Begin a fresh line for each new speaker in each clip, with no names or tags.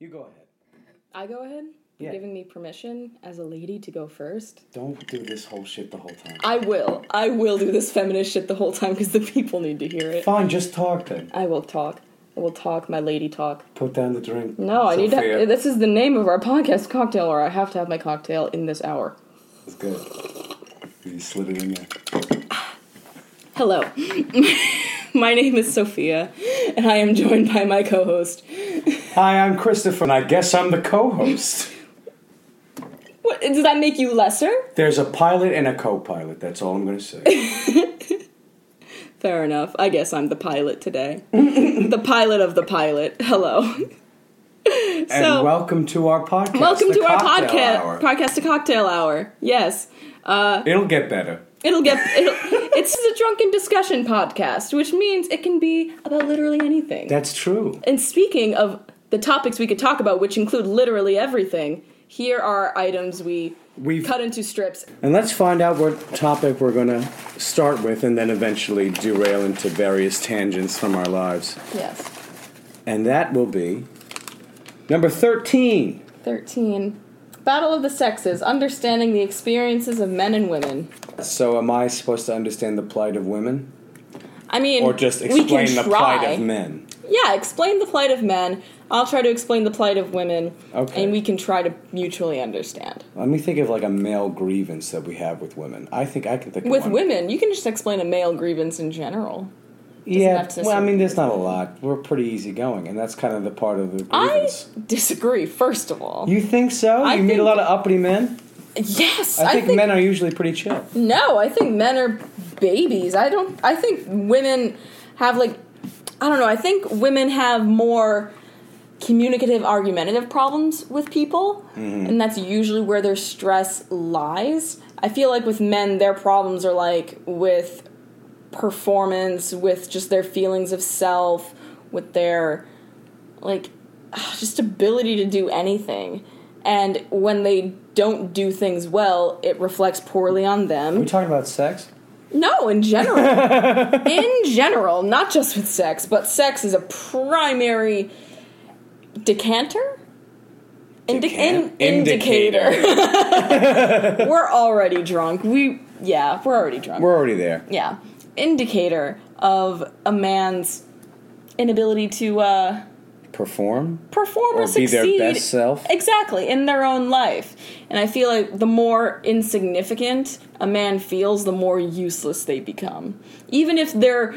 You go ahead.
I go ahead? You're
Yeah.
giving me permission as a lady to go first?
Don't do this whole shit the whole time.
I will. I will do this feminist shit the whole time because the people need to hear it.
Fine, just talk then.
I will talk. I will talk my lady talk.
Put down the drink.
No, I need
Sophia.
to. This is the name of our podcast, Cocktail Hour. I have to have my cocktail in this hour.
It's good. You slid it in there.
Hello. my name is Sophia, and I am joined by my co host.
Hi, I'm Christopher, and I guess I'm the co-host.
What? Does that make you lesser?
There's a pilot and a co-pilot. That's all I'm going to say.
Fair enough. I guess I'm the pilot today. the pilot of the pilot. Hello.
and welcome to our podcast.
Welcome
the
to our
Cocktail
podcast,
Hour.
podcast to cocktail hour. Yes,
It'll get better.
it'll get. It'll, it's a drunken discussion podcast, which means it can be about literally anything.
That's true.
and speaking of the topics we could talk about, which include literally everything, here are items we
We've
cut into strips.
and let's find out what topic we're going to start with, and then eventually derail into various tangents from our lives.
Yes,
And that will be number thirteen.
thirteen. Battle of the Sexes: Understanding the experiences of men and women.
So, am I supposed to understand the plight of women,
I mean,
or just
we can
explain the
try.
plight of men?
Yeah, explain the plight of men. I'll try to explain the plight of women.
Okay.
And we can try to mutually understand.
Let me think of like a male grievance that we have with women. I think I can think
With
of one.
women, you can just explain a male grievance in general.
Yeah,
have to
well, I mean,
necessarily
there's not a lot. We're pretty easygoing, and that's kind of the part of the
I
grievance.
disagree, first of all.
You think so?
I
you meet a
think-
lot of uppity men.
yes,
I think, men are usually pretty chill.
No, I think men are babies. I don't. I think women have like, I don't know. I think women have more communicative, argumentative problems with people, and that's usually where their stress lies. I feel like with men, their problems are like with performance, with just their feelings of self, with their like just ability to do anything. And when they don't do things well, it reflects poorly on them.
We're talking about sex.
No, in general. in general, not just with sex, but sex is a primary decanter? Indi- in- indicator. we're already drunk. We, yeah, we're already drunk.
We're already there.
yeah. Indicator of a man's inability to uh,
Perform.
perform or,
Or be
succeed.
their best self.
Exactly, in their own life. And I feel like the more insignificant a man feels, the more useless they become. Even if their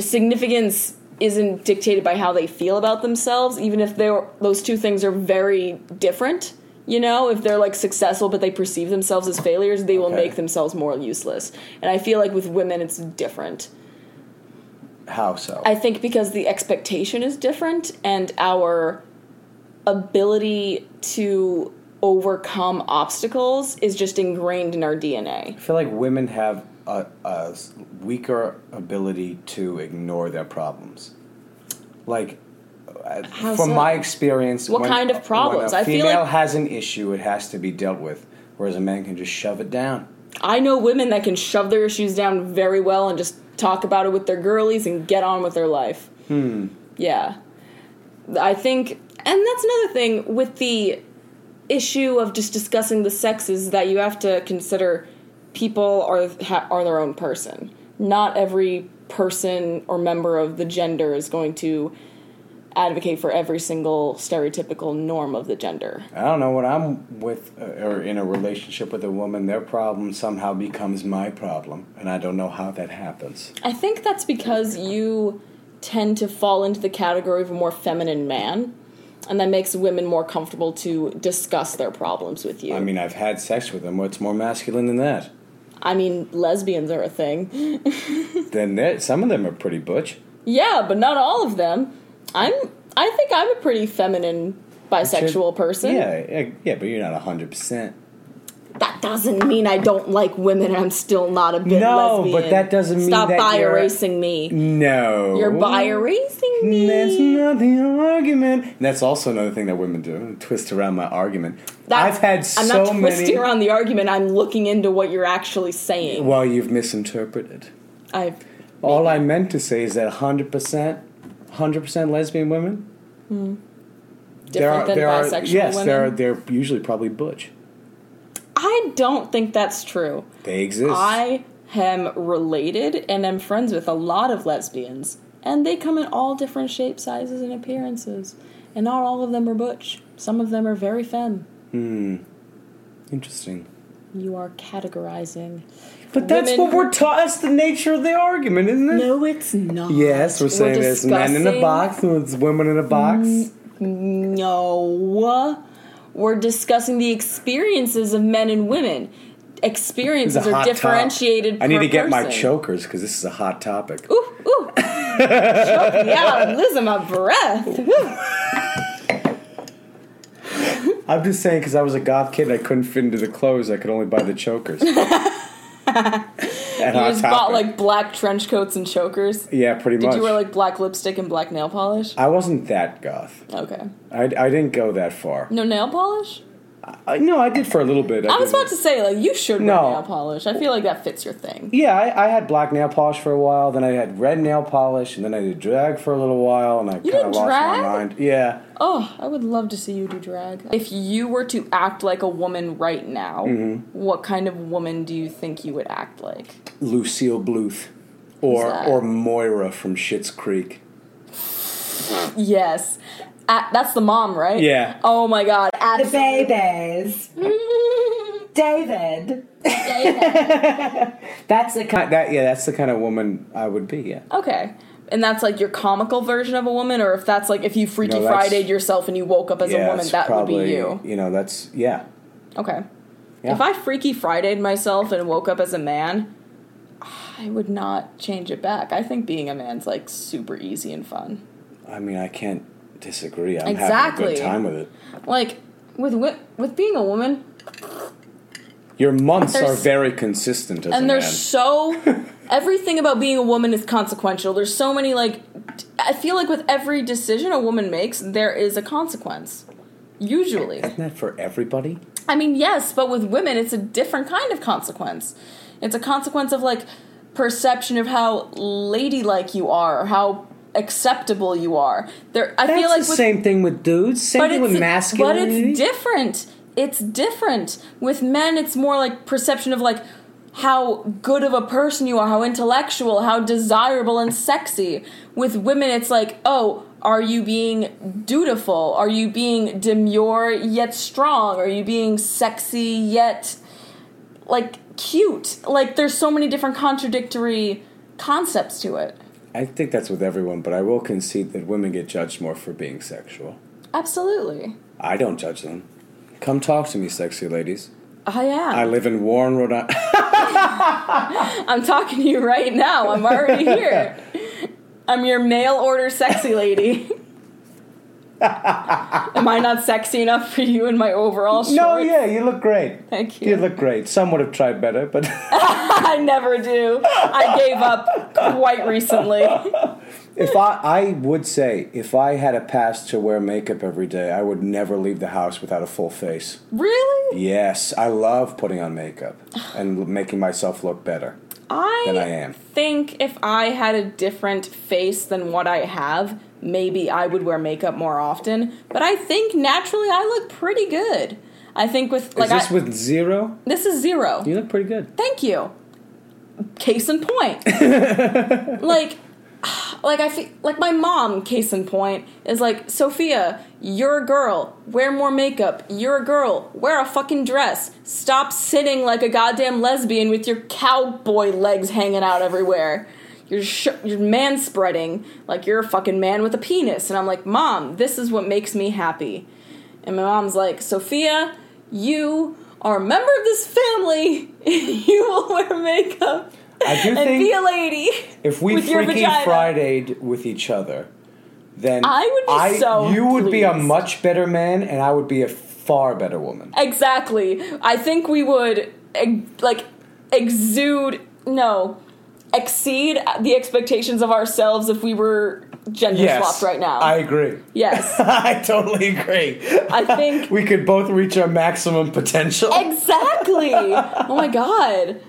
significance isn't dictated by how they feel about themselves, even if they're, those two things are very different. You know, if they're like successful but they perceive themselves as failures, they will
Okay.
make themselves more useless. And I feel like with women it's different.
How so?
I think because the expectation is different and our ability to overcome obstacles is just ingrained in our DNA.
I feel like women have a, a s- weaker ability to ignore their problems. Like, uh,
How
from
so?
my experience,
What
when-
kind of
when
problems?
a
I feel
female
like-
has an issue, it has to be dealt with, whereas a man can just shove it down.
I know women that can shove their issues down very well and just talk about it with their girlies and get on with their life. Hmm. Yeah. I think and that's another thing with the issue of just discussing the sexes that you have to consider people are ha- are their own person. Not every person or member of the gender is going to advocate for every single stereotypical norm of the gender.
I don't know when I'm with uh, or in a relationship with a woman, their problem somehow becomes my problem, and I don't know how that happens.
I think that's because you tend to fall into the category of a more feminine man, and that makes women more comfortable to discuss their problems with you.
I mean, I've had sex with them. What's more masculine than that?
I mean, lesbians are a thing.
Then there, some of them are pretty butch.
Yeah, but not all of them. I'm. I think I'm a pretty feminine bisexual person.
Yeah, yeah, yeah, but you're not hundred percent.
That doesn't mean I don't like women. and I'm still not a bit
No,
lesbian.
but that doesn't mean
Stop
that
bi
you're-
erasing me.
No,
You're bi erasing me.
That's not the argument. And that's also another thing that women do: twist around my argument.
That's-
I've had
I'm
so
not
many.
twisting around the argument. I'm looking into what you're actually saying.
Well, you've misinterpreted.
I've
All I meant to say is that 100%, 100% lesbian women
Hmm. different than
there are
bisexual
yes,
women.
there are they're usually probably butch.
I don't think that's true.
They exist.
I am related and am friends with a lot of lesbians, and they come in all different shapes, sizes, and appearances. And not all of them are butch. Some of them are very femme.
Interesting.
You are categorizing.
But that's
Women-
what we're taught. That's the nature of the argument, isn't it?
No, it's not.
Yes, we're saying there's men in a
discussing- Mm,
box and there's women in a box.
No. We're discussing the experiences of men and women.
This is a
Experiences are
hot top-
differentiated.
I need
per
to get my
person.
chokers because this is a hot topic.
Ooh, ooh. Choke me out. I'm losing my breath.
I'm just saying because I was a goth kid, I couldn't fit into the clothes. I could only buy the chokers. and
You just bought like black trench coats and chokers.
yeah, pretty
Did
much.
you wear like black lipstick and black nail polish?
I wasn't that goth.
Okay.
I, I didn't go that far.
No nail polish?
I, no, I did for a little bit.
I was
did.
about to say, like, you should wear
No.
nail polish. I feel like that fits your thing.
Yeah, I, I had black nail polish for a while. Then I had red nail polish, and then I did drag for a little while, and I kind
did
of lost
drag?
my mind. Yeah,
Oh, I would love to see you do drag. If you were to act like a woman right now,
Mm-hmm.
what kind of woman do you think you would act like?
Lucille Bluth, or
Who's that?
or Moira from Schitt's Creek.
Yes. A that's the mom, right?
Yeah.
Oh my god.
The babies.
Absolutely.
David. That's the kind.
That yeah, that's the kind of woman I would be. Yeah,
Okay. And that's like your comical version of a woman, or if that's like if you Freaky
No, that's-
Friday yourself and you woke up as
yeah,
a woman,
that's
that would
probably,
be you.
You know, that's yeah.
Okay.
Yeah.
If I Freaky Friday'd myself and woke up as a man, I would not change it back. I think being a man's like super easy and fun.
I mean, I can't disagree. I'm having
Exactly.
a good time with it.
Like with wi- with being a woman,
Your months are
There's-
very consistent as a
and
man.
there's so everything about being a woman is consequential. There's so many like t- I feel like with every decision a woman makes, there is a consequence. Usually.
Isn't that for everybody?
I mean, yes, but with women, it's a different kind of consequence. It's a consequence of like perception of how ladylike you are, or how acceptable you are. There, I
That's
feel like
the
with,
same thing with dudes. Same
but
thing
it's
with
but
masculinity.
it's different. It's different with men. It's more like perception of like how good of a person you are, how intellectual, how desirable and sexy. With women, it's like, oh, are you being dutiful? Are you being demure yet strong? Are you being sexy yet like cute? Like there's so many different contradictory concepts to it.
I think that's with everyone, but I will concede that women get judged more for being sexual.
Absolutely.
I don't judge them. Come talk to me, sexy ladies.
I am.
I live in Warren, Rhode Island.
I'm talking to you right now. I'm already here. I'm your mail order sexy lady. Am I not sexy enough for you in my overall shorts?
no, yeah, you look great.
Thank you.
You look great. Some would have tried better, but
I never do. I gave up quite recently.
if I, I would say, if I had a pass to wear makeup every day, I would never leave the house without a full face.
Really?
Yes, I love putting on makeup and making myself look better.
I,
Then I am.
think if I had a different face than what I have, maybe I would wear makeup more often. But I think naturally I look pretty good. I think with like
Is this
I,
with zero?
this is zero.
You look pretty good.
Thank you. Case in point. like like I feel like my mom case in point is like Sophia, you're a girl. Wear more makeup. You're a girl. Wear a fucking dress. Stop sitting like a goddamn lesbian with your cowboy legs hanging out everywhere. You're sh- you're man spreading like you're a fucking man with a penis. And I'm like, "Mom, this is what makes me happy." And my mom's like, Sophia, you are a member of this family. you will wear makeup
I do
and
think
be a lady.
If we
with your
freaky
vagina.
Friday'd with each other, then
I would be so
you would be a
pleased.
much better man, and I would be a far better woman.
Exactly. I think we would eh, like exude no exceed the expectations of ourselves if we were gender swapped right now.
I agree.
yes.
I totally agree.
I think
We could both reach our maximum potential.
exactly. Oh my god.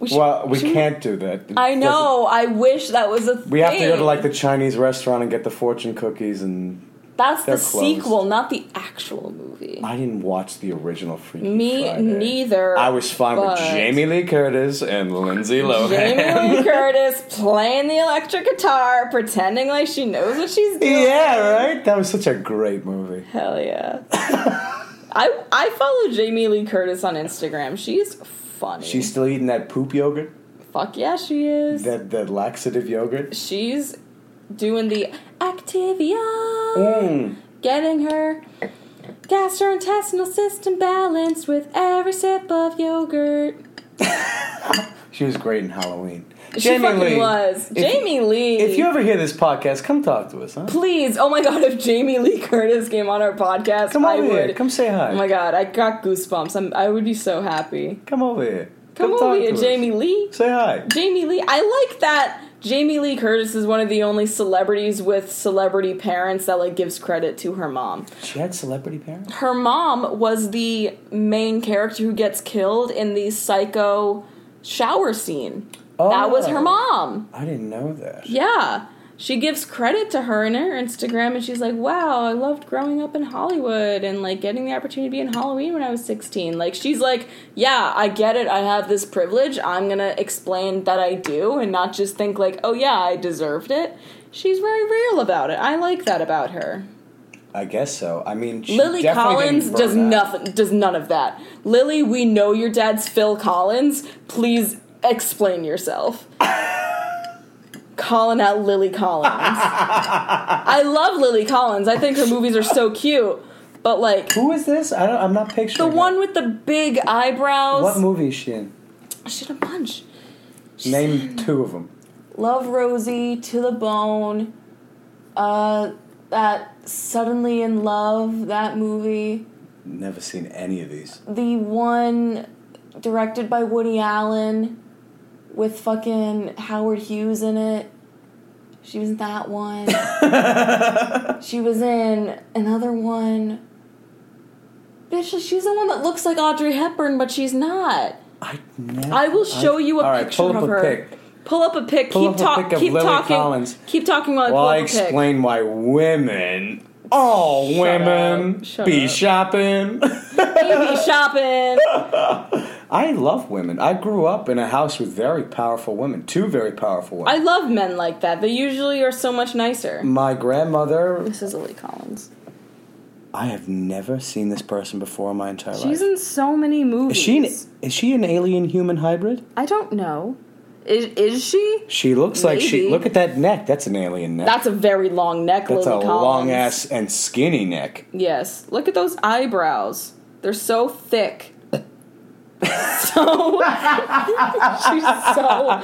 We should-
well, we
should-
can't do that. It
I know. I wish that was a
doesn't- We have to go
thing.
to like the Chinese restaurant and get the fortune cookies and
That's
They're
the
closed.
sequel, not the actual movie.
I didn't watch the original Freaky
Me
Friday.
neither,
I was fine with
but-
Jamie Lee Curtis and Lindsay Lohan.
Jamie Lee Curtis playing the electric guitar, pretending like she knows what she's doing.
yeah, right. That was such a great movie.
Hell yeah. I I follow Jamie Lee Curtis on Instagram. She's funny.
She's still eating that poop yogurt,
fuck yeah, she is.
that that laxative yogurt.
She's doing the Activia,
Mm.
getting her gastrointestinal system balanced with every sip of yogurt.
She was great in Halloween.
she fucking was.
if-
Jamie Lee.
If you ever hear this podcast, come talk to us, huh?
please, oh my god, if Jamie Lee Curtis came on our podcast,
Come
I
over
would.
here. Come say hi.
Oh my god, I got goosebumps. I'm, I would be so happy.
Come over here.
Come over
talk
here,
to us.
Jamie Lee.
Say hi.
Jamie Lee. I like that Jamie Lee Curtis is one of the only celebrities with celebrity parents that like gives credit to her mom.
She had celebrity parents.
Her mom was the main character who gets killed in the psycho shower scene. That was her
Oh.
mom.
I didn't know that.
Yeah. She gives credit to her in her Instagram and she's like, "Wow, I loved growing up in Hollywood and like getting the opportunity to be in Halloween when I was 16." Like she's like, "Yeah, I get it. I have this privilege. I'm going to explain that I do and not just think like, "Oh yeah, I deserved it." She's very real about it. I like that about her.
I guess so. I mean, she
Lily
definitely didn't
Collins
grow
does
that.
nothing does none of that. Lily, we know your dad's Phil Collins. Please explain yourself. Calling out Lily Collins. I love Lily Collins. I think her movies are so cute. But like
Who is this? I don't. I'm not
the
picturing her.
one with the big eyebrows.
What movie is she in?
Shit a bunch.
Name two of them.
Love Rosie to the bone. Uh that suddenly in love that movie.
Never seen any of these.
the one directed by Woody Allen with fucking Howard Hughes in it. She was in that one. she was in another one. Bitch, she's the one that looks like Audrey Hepburn, but she's not.
I never.
I will show you a
all right,
picture
pull up
of
a
her.
pic.
Pull up a pic.
Pull
keep
up a
talking.
pic of
Keep
Lily
talking.
Collins.
Keep talking while I
While
pull
I
up a pic.
explain why women, all women,
up. Shut
be
up.
shopping.
Baby shopping.
I love women. I grew up in a house with very powerful women. Two very powerful women.
I love men like that. They usually are so much nicer.
My grandmother.
This is Lily Collins.
I have never seen this person before in my entire
She's
life.
in so many movies.
Is she an, is she an alien human hybrid?
I don't know. Is is she?
She looks like she.
Maybe.
Look at that neck. That's an alien neck.
That's a very long neck,
That's
Lily
a
Collins.
long ass and skinny neck.
Yes. Look at those eyebrows. They're so thick. so she's so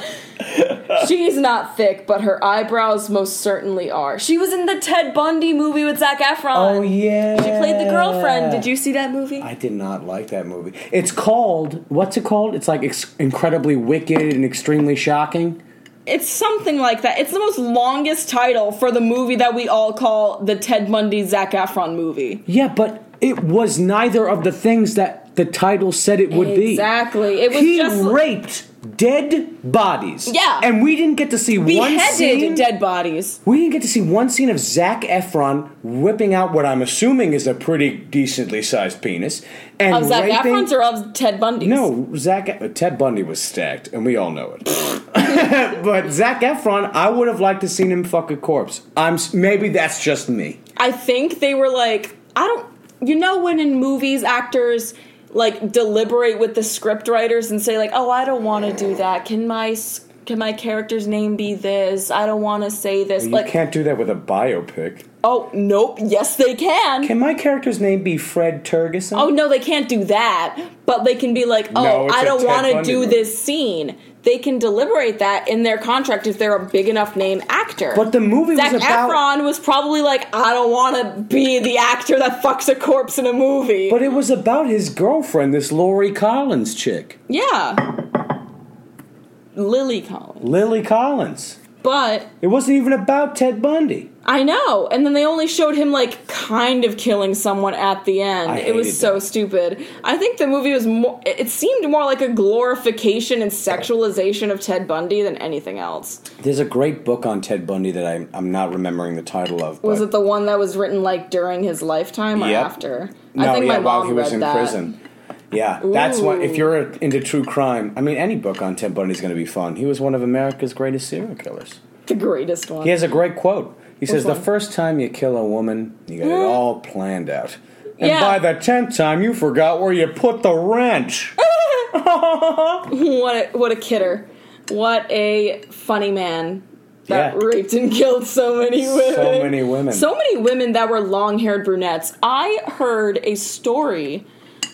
she's not thick, but her eyebrows most certainly are. She was in the Ted Bundy movie with Zach Efron.
Oh yeah.
She played the girlfriend. Did you see that movie?
I did not like that movie. It's called what's it called? It's like ex- incredibly wicked and extremely shocking.
It's something like that. It's the most longest title for the movie that we all call the Ted Bundy Zach Efron movie.
Yeah, but it was neither of the things that the title said it would be.
Exactly. It was
he
just
raped dead bodies.
Yeah.
and we didn't get to see one scene.
beheaded dead bodies.
we didn't get to see one scene of Zach Efron whipping out what I'm assuming is a pretty decently sized penis and
Of Oh, Zac
raping.
Efron's or of Ted Bundy's?
No, Zach Ted Bundy was stacked, and we all know it. but Zach Efron, I would have liked to seen him fuck a corpse. I'm s- maybe that's just me.
I think they were like, I don't. You know when in movies actors like deliberate with the script writers and say like, oh, I don't want to do that. Can my s- can my character's name be this? I don't want to say this.
You
like,
can't do that with a biopic.
oh nope, yes they can.
Can my character's name be Fred Turgeson?
Oh no, they can't do that. But they can be like, oh,
No, it's
I
a
don't
Ted
want to
Bundy
do
movie."
this scene. They can deliberate that in their contract if they're a big enough name actor.
But the movie
Zac
was about.
Efron was probably like, I don't want to be the actor that fucks a corpse in a movie.
But it was about his girlfriend, this Lori Collins chick,
yeah, Lily Collins.
Lily Collins.
But
It wasn't even about Ted Bundy.
I know. And then they only showed him like kind of killing someone at the end.
I
it was
hated
so
that.
stupid. I think the movie was more it it seemed more like a glorification and sexualization of Ted Bundy than anything else.
There's a great book on Ted Bundy that I'm, I'm not remembering the title of. But
Was it the one that was written like during his lifetime or
Yep.
after?
no,
I think
yeah,
my mom
while he was
read
in
that.
prison. Yeah, that's what. If
Ooh.
you're into true crime, I mean, any book on Ted Bundy is going to be fun. He was one of America's greatest serial killers.
The greatest one.
He has a great quote. He says, "The
one? Hmm.
first time you kill a woman, you got it all planned out, and by
Yeah.
the tenth time, you forgot where you put the wrench."
What a, what a kidder. What a funny man that
Yeah.
raped and killed so many women.
many women.
So many women that were long-haired brunettes. I heard a story.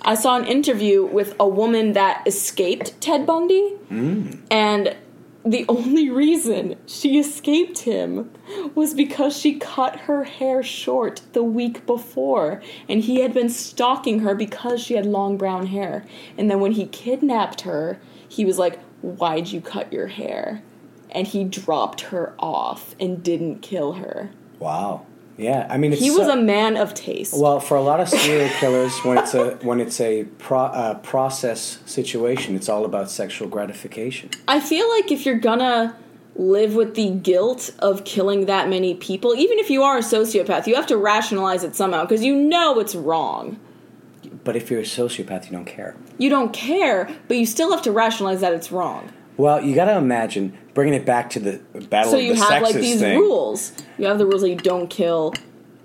I saw an interview with a woman that escaped Ted Bundy. And the only reason she escaped him was because she cut her hair short the week before. And he had been stalking her because she had long brown hair. And then when he kidnapped her, he was like, Why'd you cut your hair? And he dropped her off and didn't kill her.
Wow. Yeah, I mean, it's
He was
so-
a man of taste.
Well, for a lot of serial killers, when it's a when it's a pro, uh, process situation, it's all about sexual gratification.
I feel like if you're gonna live with the guilt of killing that many people, even if you are a sociopath, you have to rationalize it somehow because you know it's wrong.
But if you're a sociopath, you don't care.
You don't care, but you still have to rationalize that it's wrong.
Well, you got to imagine bringing it back to the battle
So
of
you
the
have
sexes
like these
thing.
rules. You have the rules that you don't kill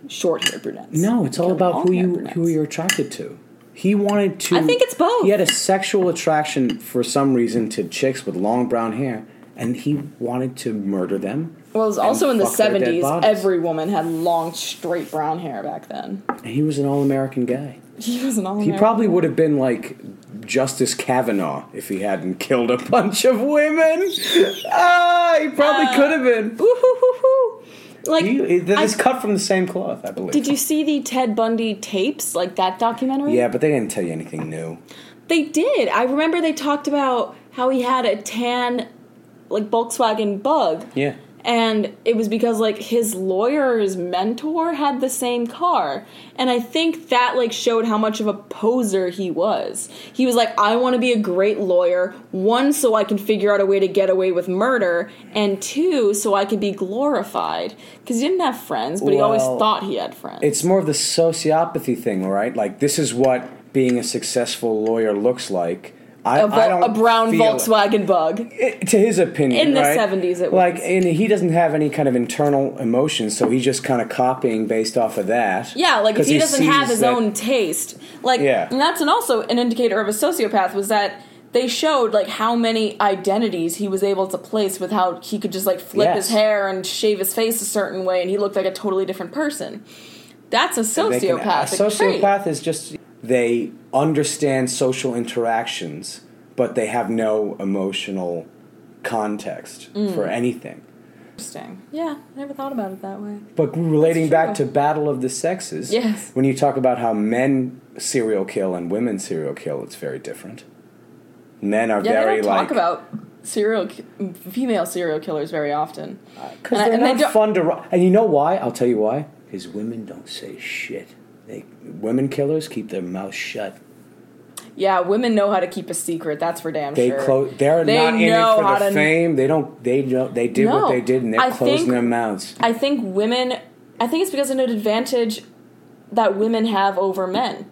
short-haired brunettes.
No, it's all
Kill
about who
long-haired
you
brunettes.
who you're attracted to. He wanted to.
I think it's both.
He had a sexual attraction for some reason to chicks with long brown hair, and he wanted to murder them.
Well, it was also in
and
the
fuck their dead
'70s.
bodies.
Every woman had long, straight brown hair back then.
And he was an all-American guy.
He was an all.
He probably would have been like Justice Kavanaugh if he hadn't killed a bunch of women. ah, he probably could have been.
Like
He,
Uh, I-
it's cut from the same cloth, I believe.
Did you see the Ted Bundy tapes, like that documentary?
yeah, but they didn't tell you anything new.
They did. I remember they talked about how he had a tan, like, Volkswagen bug.
Yeah.
And it was because, like, his lawyer's mentor had the same car. And I think that, like, showed how much of a poser he was. He was like, I want to be a great lawyer, one, so I can figure out a way to get away with murder, and two, so I can be glorified. Because he didn't have friends, but he always
Well,
thought he had friends.
It's more of the sociopathy thing, right? Like this is what being a successful lawyer looks like. I,
a,
I
vo-
don't
a brown
feel it.
Volkswagen bug.
It- to his opinion,
In the
right?
70s it
like,
was.
and he doesn't have any kind of internal emotions, so he's just kind of copying based off of that.
Yeah, like if
'Cause
he, doesn't have
sees
his
that-
own taste, like
Yeah.
and that's an also an indicator of a sociopath was that they showed like how many identities he was able to place with how he could just like flip
Yes.
his hair and shave his face a certain way and he looked like a totally different person. That's a
They can-
sociopath.
A sociopath is just they understand social interactions, but they have no emotional context
Mm.
for anything.
Interesting. Yeah, I never thought about it that way.
But relating back to
true.
battle of the sexes,
Yes.
when you talk about how men serial kill and women serial kill, it's very different. Men are
Yeah,
very
they don't talk
like
about serial ki- female serial killers very often.
because
and I-
they're
and they
not
don't-
fun to. ri- And you know why? I'll tell you why. Because women don't say shit. They women killers keep their mouth shut.
Yeah, women know how to keep a secret. That's for damn
They
sure.
close. They're
They
not in
know
it
how
for the
to-
fame. They don't. They don't. They did
No,
what they did, and they're
I
closing
think-
their mouths.
I think women. I think it's because of an advantage that women have over men.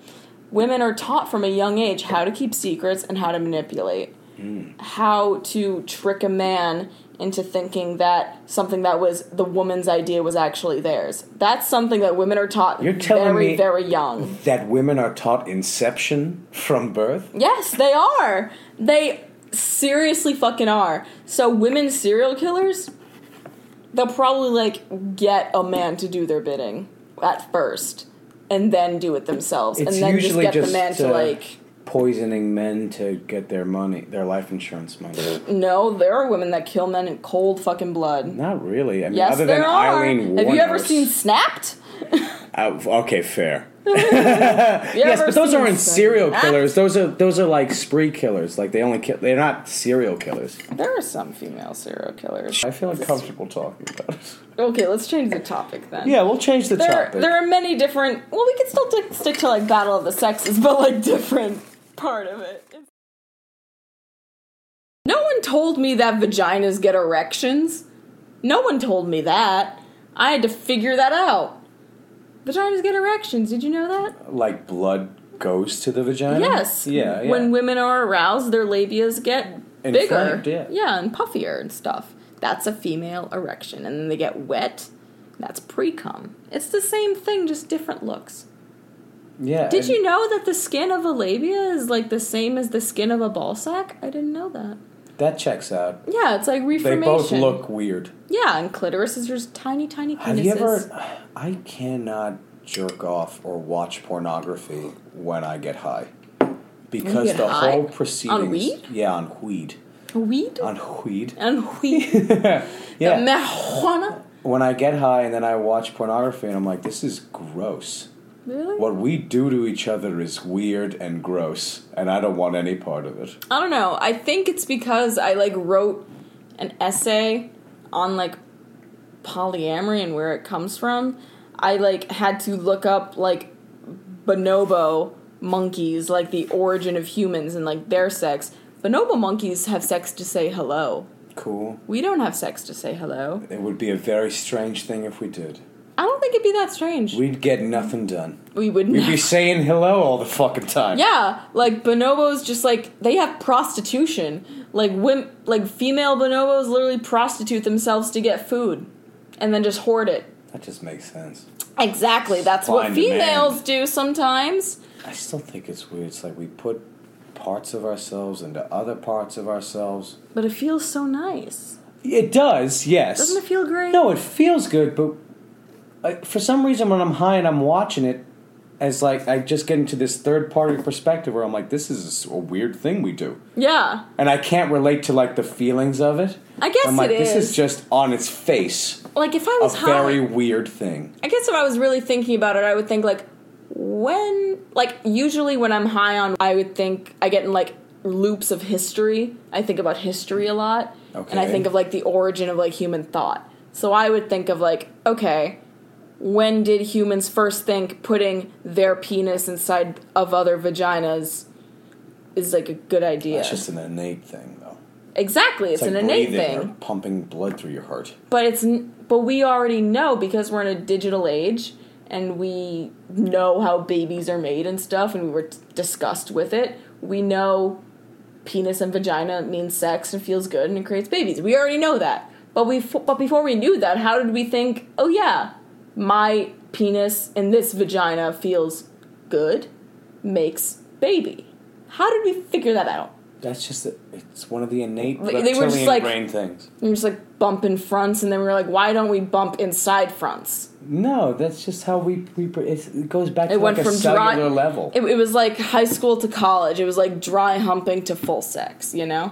Women are taught from a young age how to keep secrets and how to manipulate,
Hmm.
how to trick a man into thinking that something that was the woman's idea was actually theirs. That's something that women are taught
You're telling
very,
me-
very young.
That women are taught inception from birth.
Yes, they are. They seriously fucking are. So women serial killers, they'll probably like get a man to do their bidding at first, and then do it themselves,
It's
and then just
usually
get
just
the man to
uh,
like.
poisoning men to get their money, their life insurance money.
No, there are women that kill men in cold fucking blood.
Not really. I mean,
Yes,
other
there
than
are.
Eileen
Have you ever
Wuornos,
seen Snapped?
I Uh, okay, fair.
You
Yes,
ever
but those
seen
aren't
some-
serial
Ah,
killers. Those are those are like spree killers. Like they only kill. They're not serial killers.
there are some female serial killers.
I feel uncomfortable talking about it.
Okay, let's change the topic then.
Yeah, we'll change the
There,
topic.
there are many different. Well, we can still t- stick to like Battle of the Sexes, but like different part of it. No one told me that vaginas get erections. No one told me that. I had to figure that out. Vaginas get erections. Did you know that?
like blood goes to the vagina.
Yes.
Yeah. yeah.
When women are aroused, their labias get bigger.
Inflamed, yeah.
and puffier and stuff. That's a female erection. And then they get wet. That's pre cum. It's the same thing, just different looks.
yeah.
Did
and-
you know that the skin of a labia is like the same as the skin of a ball sack? I didn't know that.
That checks out.
Yeah, it's like
They
reformation.
both look weird.
Yeah, and clitoris is just tiny, tiny penises.
Have you ever? I cannot jerk off or watch pornography when I get high because
get
the
high?
whole
On
proceedings.
weed?
Yeah, on weed.
weed
On weed.
and weed?
Yeah.
Marijuana?
when I get high and then I watch pornography and I'm like, this is gross.
Really?
What we do to each other is weird and gross, and I don't want any part of it.
I don't know. I think it's because I like wrote an essay on like polyamory and where it comes from. I like had to look up like bonobo monkeys, like the origin of humans and like their sex. Bonobo monkeys have sex to say hello.
Cool.
We don't have sex to say hello.
It would be a very strange thing if we did.
I don't think it'd be that strange. We,
We'd get nothing done.
would
We'd
not.
be saying hello all the fucking time.
Yeah, like bonobos just like they have prostitution. Like wim like female bonobos literally prostitute themselves to get food and then just hoard it.
That just makes sense.
Exactly. That's what
Fine demand.
females do sometimes.
I still think it's weird. It's like we put parts of ourselves into other parts of ourselves.
But it feels so nice.
It does, yes.
Doesn't it feel great?
No, it feels good, but like, for some reason, when I'm high and I'm watching it, as like I just get into this third party perspective where I'm like, this is a weird thing we do,
Yeah.
and I can't relate to like the feelings of it.
I guess
I'm like,
it
this
is.
is just on its face
Like if I
a
was high
very weird thing.
I guess if I was really thinking about it, I would think like when like usually when I'm high on I would think I get in like loops of history. I think about history a lot. And I
Okay.
think of like the origin of like human thought. So I would think of like, okay, when did humans first think putting their penis inside of other vaginas is like a good idea?
It's just an innate thing, though.
exactly, it's,
It's
an
like
innate
breathing
thing
or pumping blood through your heart.
but it's n- but we already know because we're in a digital age and we know how babies are made and stuff and we were t- discussed with it we know penis and vagina means sex and feels good and it creates babies we already know that but we f- but before we knew that how did we think oh yeah my penis and this vagina feels good makes baby how did we figure that out
That's just a, it's one of the innate
They- they were just
reptilian
like-
brain things.
we were just like bumping fronts and then we were like why don't we bump inside fronts
No, that's just how we we pr- it's, it goes back to
It went
like
from
a cellular
dry
level.
It, it was like high school to college. It was like dry humping to full sex. You know.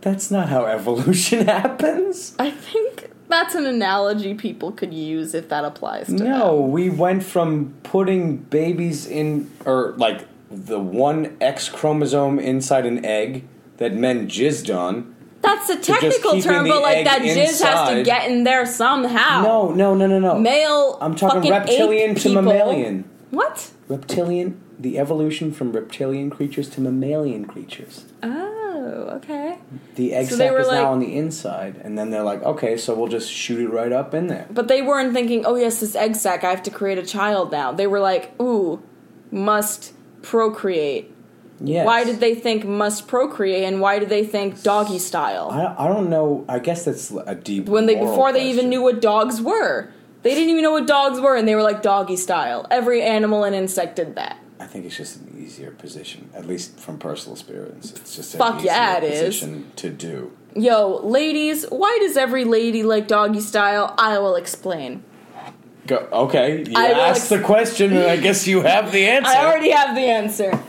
That's not how evolution happens.
I think that's an analogy people could use if that applies to
No, we went from putting babies in, or like the one X chromosome inside an egg that men jizzed on.
them. That's a technical
keeping
term,
the
but like
egg
that jizz has to
inside-
get in there somehow.
No, no, no, no, no.
Male.
I'm talking
fucking
reptilian
ape
to
people-
mammalian.
What?
Reptilian, the evolution from reptilian creatures to mammalian creatures.
Oh, okay.
The egg
So they
sac
were
is
like-
now on the inside, and then they're like, okay, so we'll just shoot it right up in there.
But they weren't thinking, oh yes, this egg sac, I have to create a child now. They were like, ooh, must procreate.
Yes.
Why did they think must procreate, and why did they think doggy style?
I, I don't know. I guess that's a deep.
when they
moral
before they even
question.
knew what dogs were. They didn't even know what dogs were, and they were like doggy style. Every animal and insect did that.
I think it's just an easier position, at least from personal experience. It's just an
Fuck
easier
yeah, it is.
position to do.
Yo, ladies, why does every lady like doggy style? I will explain.
Go, okay, you
I will
asked the
ex-
question, and I guess you have the answer.
I already have the answer.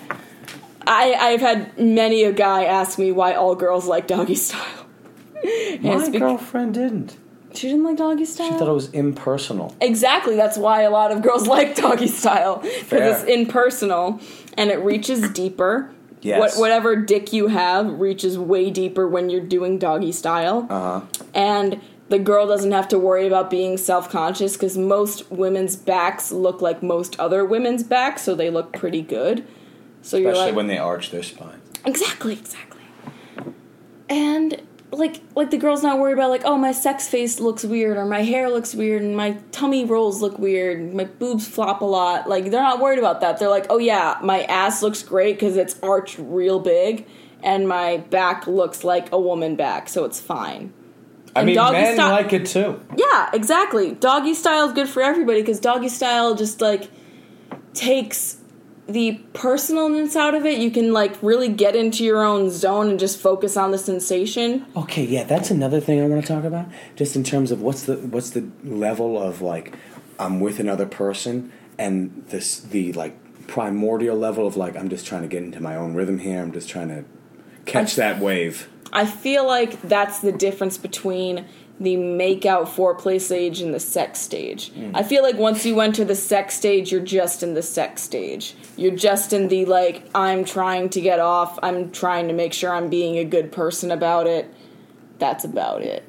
I, I've had many a guy ask me why all girls like doggy style. And
My
it's bec-
girlfriend didn't.
She didn't like doggy style.
She thought it was impersonal.
Exactly. That's why a lot of girls like doggy style
Fair.
because it's impersonal and it reaches deeper.
Yes.
What, whatever dick you have reaches way deeper when you're doing doggy style.
Uh huh.
And the girl doesn't have to worry about being self conscious because most women's backs look like most other women's backs, so they look pretty good. So you're
Especially
like,
when they arch their spine.
Exactly, exactly. And like like the girl's not worried about like, oh my sex face looks weird or my hair looks weird and my tummy rolls look weird, and my boobs flop a lot. Like they're not worried about that. They're like, "Oh yeah, my ass looks great cuz it's arched real big and my back looks like a woman back, so it's fine."
I
And
mean,
doggy
men
style-
like it too.
Yeah, exactly. Doggy style is good for everybody because doggy style just like takes the personalness out of it. You can like really get into your own zone and just focus on the sensation.
Okay, yeah, that's another thing I want to talk about. Just in terms of what's the what's the level of like I'm with another person and this the like primordial level of like I'm just trying to get into my own rhythm here. I'm just trying to catch that wave.
I feel like that's the difference between the makeout foreplay stage and the sex stage. I feel like once you enter the sex stage, you're just in the sex stage. You're just in the like, I'm trying to get off, I'm trying to make sure I'm being a good person about it. That's about it.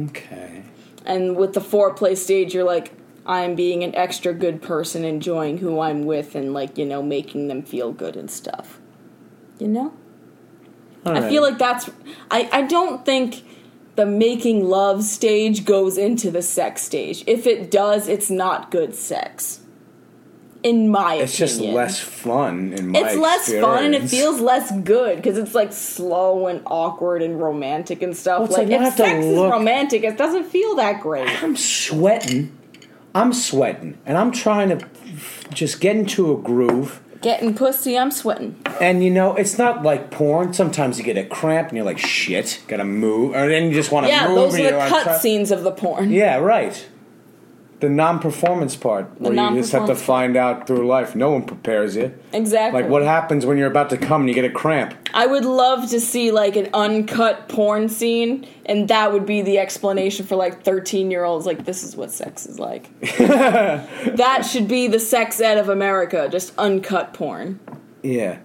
Okay.
And with the foreplay stage, you're like, I'm being an extra good person, enjoying who I'm with, and like, you know, making them feel good and stuff. You know? I feel like that's. I, I don't think the making love stage goes into the sex stage. If it does, it's not good sex. In my
it's just
opinion.
less fun in my
It's less fun and it
experience.
feels less good because it's like slow and awkward and romantic and stuff.
Well, it's
like,
like, you
if
don't have to
sex is
look-
romantic, it doesn't feel that great.
I'm sweating. I'm sweating and I'm trying to just get into a groove.
Getting pussy, I'm sweating.
And you know, it's not like porn. Sometimes you get a cramp and you're like, shit, gotta move. Or then you just wanna
Yeah,
move.
those
and
are the
you're on
cut
tra-
scenes of the porn.
Yeah, right. The non performance part where you just have to
non-performance
find out through life. No one prepares you.
Exactly.
Like, what happens when you're about to come and you get a cramp?
I would love to see like an uncut porn scene, and that would be the explanation for like 13 year olds. Like, this is what sex is like. that should be the sex ed of America, just uncut porn,
Yeah.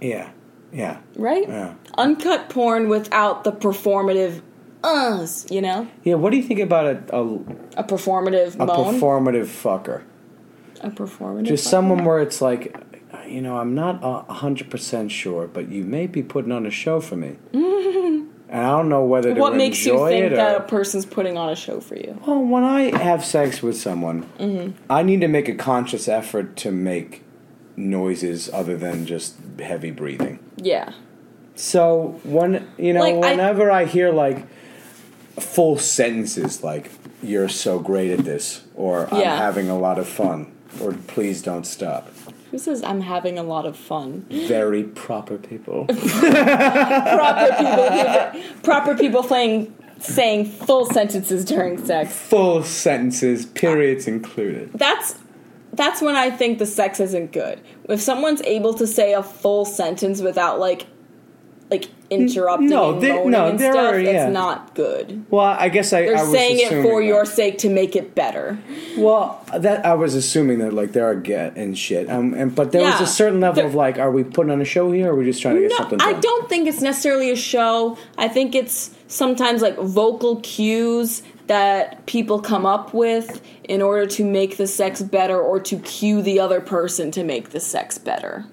Yeah. Yeah.
right?
Yeah.
Uncut porn without the performative uhs, you know?
Yeah, what do you think about a, a,
A performative
a
moan.
performative fucker?
a performative.
Just
fuck.
someone where it's like, you know, I'm not a 100% sure, but you may be putting on a show for me. and I don't know whether to
What makes you
enjoy
think
it or-
that a person's putting on a show for you?
Well, when I have sex with someone,
Mm-hmm.
I need to make a conscious effort to make noises other than just heavy breathing.
Yeah.
So when you know,
Like, I-
whenever I, hear like full sentences like "You're so great at this," or "I'm
Yeah.
having a lot of fun," or "Please don't stop,"
Who says I'm having a lot of fun?
very proper people.
proper people, proper people playing, saying full sentences during sex.
full sentences, periods included.
That's that's when I think the sex isn't good. If someone's able to say a full sentence without like like interrupting
No,
and
there-
moaning
no,
and
there
stuff,
are- yeah.
it's not good.
Well, I guess I.
They're
I was
saying it
assuming
for
that.
your sake to make it better.
Well, that I was assuming that like there are get and shit, um, and but there was
Yeah.
a certain level
There-
of like, are we putting on a show here, or are we just trying to get
No,
something done?
I don't think it's necessarily a show. I think it's sometimes like vocal cues that people come up with in order to make the sex better or to cue the other person to make the sex better.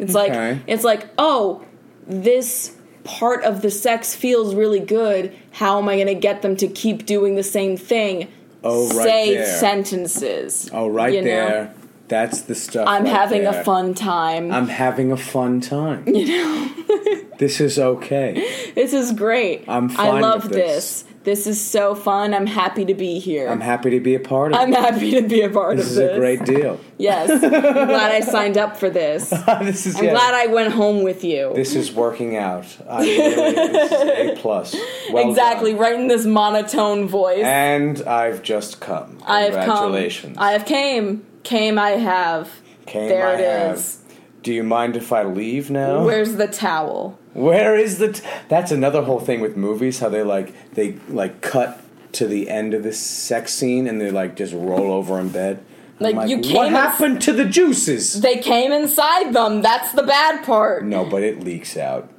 It's
Okay.
like it's like, "Oh, this part of the sex feels really good. How am I going to get them to keep doing the same thing?"
Oh, right
Say
there.
sentences.
Oh, right
you know?
there, that's the stuff.
I'm
right
having
there.
a fun time.
I'm having a fun time. You know, this is okay.
This is great.
I'm
I
fine
love
with this.
this. this. is so fun. I'm happy to be here.
I'm happy to be a part of.
I'm
it.
happy to be a part
This
of
is
this.
a great deal.
Yes. I'm glad I signed up for this. I'm
this is. yeah.
glad I went home with you.
this is working out. I really, this is a plus. Well
exactly,
done.
right in this monotone voice.
And I've just come.
I have come.
Congratulations.
I have came. Came I have.
Came
there
I
it is.
have. Do you mind if I leave now?
Where's the towel?
Where is the? T- That's another whole thing with movies. How they like they like cut to the end of this sex scene and they like just roll over in bed. I'm
Like, you
what
came-
happened to the juices?
They came inside them. That's the bad part.
No, but it leaks out.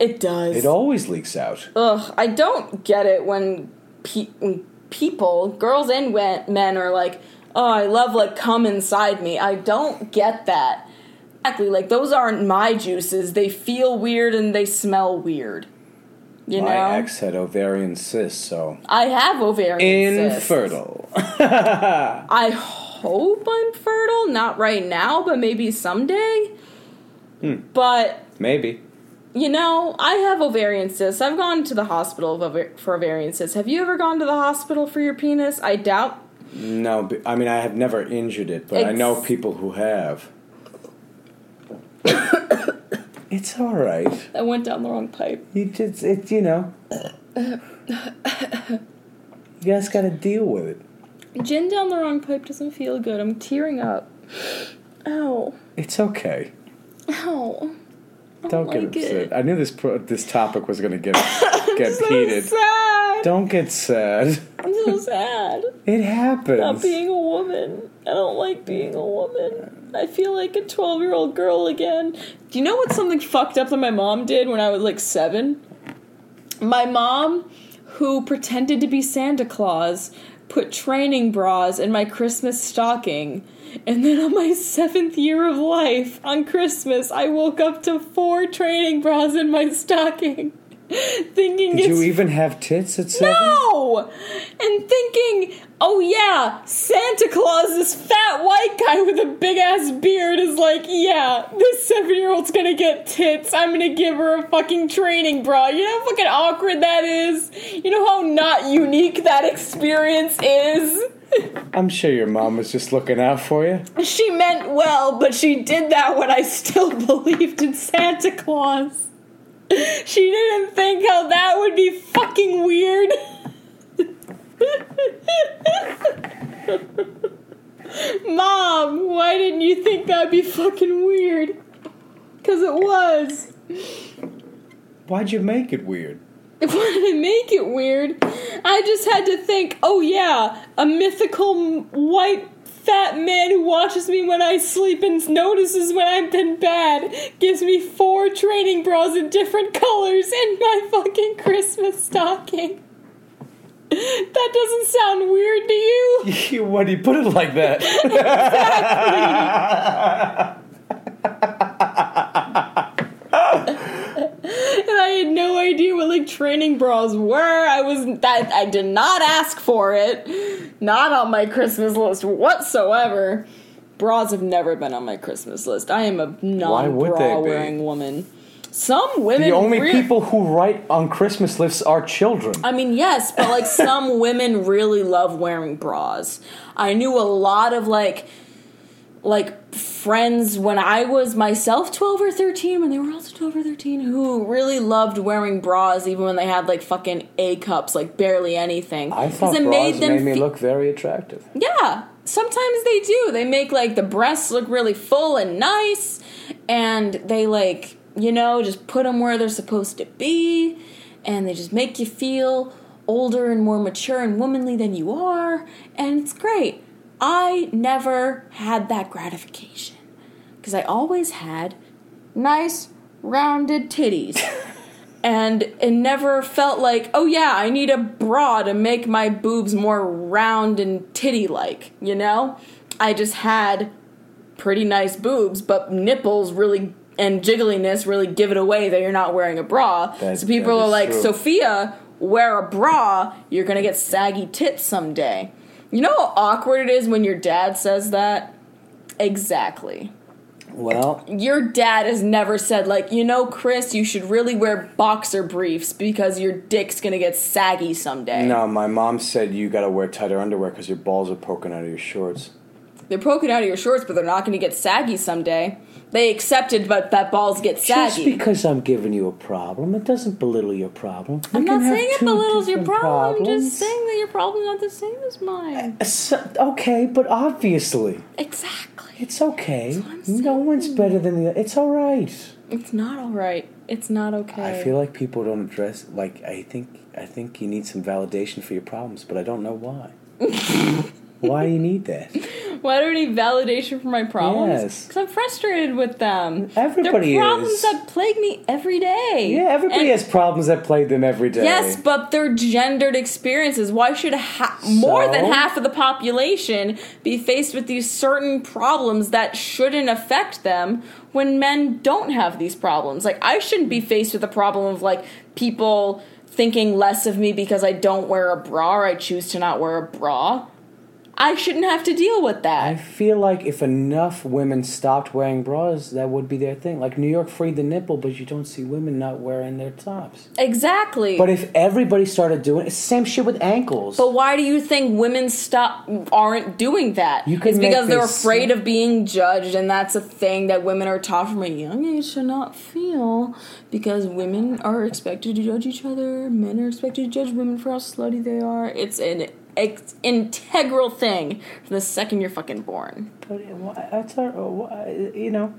It does.
It always leaks out.
Ugh, I don't get it when, pe- when people, girls and we- men, are like, "Oh, I love like come inside me." I don't get that. Exactly, like those aren't my juices. They feel weird and they smell weird. You
My
know,
ex had ovarian cysts, so
I have ovarian cysts.
infertile.
I hope I'm fertile. Not right now, but maybe someday.
Hmm.
But
Maybe.
you know, I have ovarian cysts. I've gone to the hospital of ovar- for ovarian cysts. Have you ever gone to the hospital for your penis? I doubt.
No, b- I mean I have never injured it, but I
It's-
know people who have. it's all right.
I went down the wrong pipe.
You just it you know. you guys got to deal with it.
Gin down the wrong pipe doesn't feel good. I'm tearing up. Ow.
It's okay.
Ow.
Don't get
like
upset.
it.
I knew this pro- this topic was going to get get
So
heated.
sad.
Don't get sad.
I'm so sad
It happens.
about being a woman. I don't like being a woman. I feel like a 12 year old girl again. Do you know what something fucked up that my mom did when I was like seven? My mom, who pretended to be Santa Claus, put training bras in my Christmas stocking. And then on my seventh year of life, on Christmas, I woke up to four training bras in my stocking, thinking
Did
it's
you even have tits at seven?
no! And thinking, oh yeah, Santa Claus, this fat white guy with a big ass beard, is like, yeah, this seven year old's gonna get tits. I'm gonna give her a fucking training bra. You know how fucking awkward that is? You know how not unique that experience is?
I'm sure your mom was just looking out for you.
She meant well, but she did that when I still believed in Santa Claus. She didn't think how that would be fucking weird. Mom, why didn't you think that'd be fucking weird? Cause it was.
Why'd you make it weird?
It wanted to make it weird. I just had to think, oh yeah, a mythical m- white fat man who watches me when I sleep and notices when I've been bad gives me four training bras in different colors in my fucking Christmas stocking. That doesn't sound weird to you?
Why do you put it like that?
And I had no idea what like training bras were. I was that I did not ask for it. Not on my Christmas list whatsoever. Bras have never been on my Christmas list. I am a
would they be?
non-bra wearing woman. Some women
The only
rea-
people who write on Christmas lists are children.
I mean, yes, but like some women really love wearing bras. I knew a lot of like like friends when I was myself 12 or 13 when they were also 12 or 13 who really loved wearing bras even when they had like fucking A cups, like barely anything.
I
'Cause
thought bras made, me
fe-
look very attractive.
yeah, sometimes they do. They make like the breasts look really full and nice, and they like, you know, just put them where they're supposed to be, and they just make you feel older and more mature and womanly than you are, and it's great. I never had that gratification because I always had nice rounded titties. and it never felt like, oh yeah, I need a bra to make my boobs more round and titty like, you know? I just had pretty nice boobs, but nipples really and jiggliness really give it away that you're not wearing a bra.
That-
so people
that
are
is
like,
true.
Sophia, wear a bra, you're gonna get saggy tits someday. You know how awkward it is when your dad says that? Exactly
Well,
your dad has never said like you know chris you should really wear boxer briefs because your dick's gonna get saggy someday
no, my mom said you gotta wear tighter underwear because your balls are poking out of your shorts.
they're poking out of your shorts but they're not gonna get saggy someday they accepted but that balls get saggy
Just because I'm giving you a problem, it doesn't belittle your problem. We can
i'm not
have
saying it
two
belittles your
different
problem i'm
problems.
just saying that your problem's not the same as mine
So- okay, but obviously.
exactly
It's okay.
what I'm
No one's better than the. It's all right.
It's not all right. It's not okay.
I feel like people don't address. Like I think I think you need some validation for your problems, but I don't know why. why do you need that?
Why do I need validation for my problems?
Yes.
Because I'm frustrated with them.
Everybody
They're problems
is.
that plague me every day.
Yeah, everybody
And-
has problems that plague them every day.
Yes, but they're gendered experiences. Why should ha- more than
So?
half of the population be faced with these certain problems that shouldn't affect them when men don't have these problems? Like, I shouldn't be faced with the problem of like people thinking less of me because I don't wear a bra or I choose to not wear a bra. I shouldn't have to deal with
I
that.
feel like if enough women stopped wearing bras, that would be their thing. Like New York freed the nipple, but you don't see women not wearing their tops.
Exactly.
But if everybody started doing it, same shit with ankles.
But why do you think women stop aren't doing that?
You can
it's
make
because they're
this-
afraid of being judged, and that's a thing that women are taught from a young age to not feel. Because women are expected to judge each other, men are expected to judge women for how slutty they are. It's an ex- integral thing from the second you're fucking born.
But it- why- that's all, why- you know,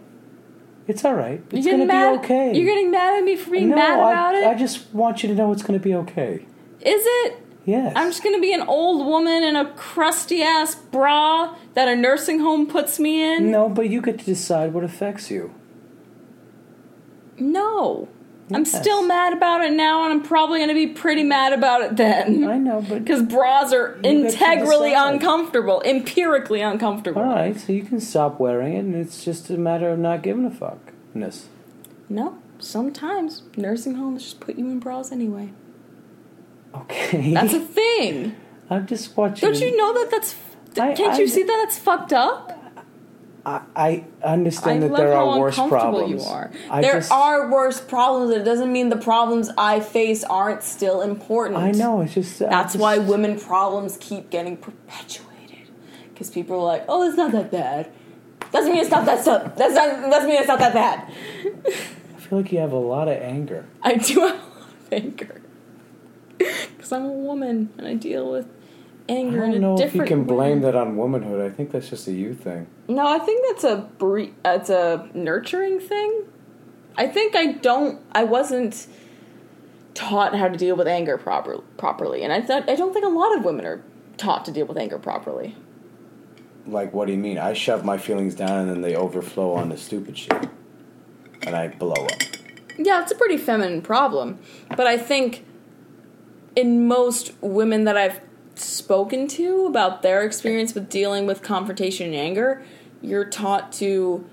it's all right. It's
you're
gonna
getting mad.
be okay.
You're getting mad at me for being
no,
mad
I,
about it.
I just want you to know it's gonna be okay.
Is it?
Yes.
I'm just gonna be an old woman in a crusty ass bra that a nursing home puts me in.
no, but you get to decide what affects you.
No. I'm
Yes.
still mad about it now, and I'm probably going to be pretty mad about it then.
I know, but
Because bras are
You get to
integrally
decide.
uncomfortable, empirically uncomfortable.
all right, so you can stop wearing it, and it's just a matter of not giving a fuckness.
No, sometimes nursing homes just put you in bras anyway.
Okay.
That's a thing.
I'm just watching.
Don't you know that that's.
I-
can't you
I-
see that that's fucked up?
I, I understand
I
that
love
there
how
are worse
uncomfortable
problems.
you are.
I
there
just-
are worse problems. It doesn't mean the problems I face aren't still important.
I know. It's just. I
That's
just-
why women problems keep getting perpetuated. Because people are like, oh, it's not that bad. Doesn't mean it's not that stuff. That's not, doesn't mean it's not that bad.
I feel like you have a lot of anger.
I do have a lot of anger. Because I'm a woman and I deal with
I
anger in
don't
a
know
different
if you can
way.
blame that on womanhood. I think that's just a you thing.
No, I think that's a bre- that's a nurturing thing. I think I don't. I wasn't taught how to deal with anger proper, properly, and I thought I don't think a lot of women are taught to deal with anger properly.
Like, what do you mean? I shove my feelings down and then they overflow on the stupid shit. And I blow up.
Yeah, it's a pretty feminine problem. But I think in most women that I've spoken to about their experience with dealing with confrontation and anger, you're taught to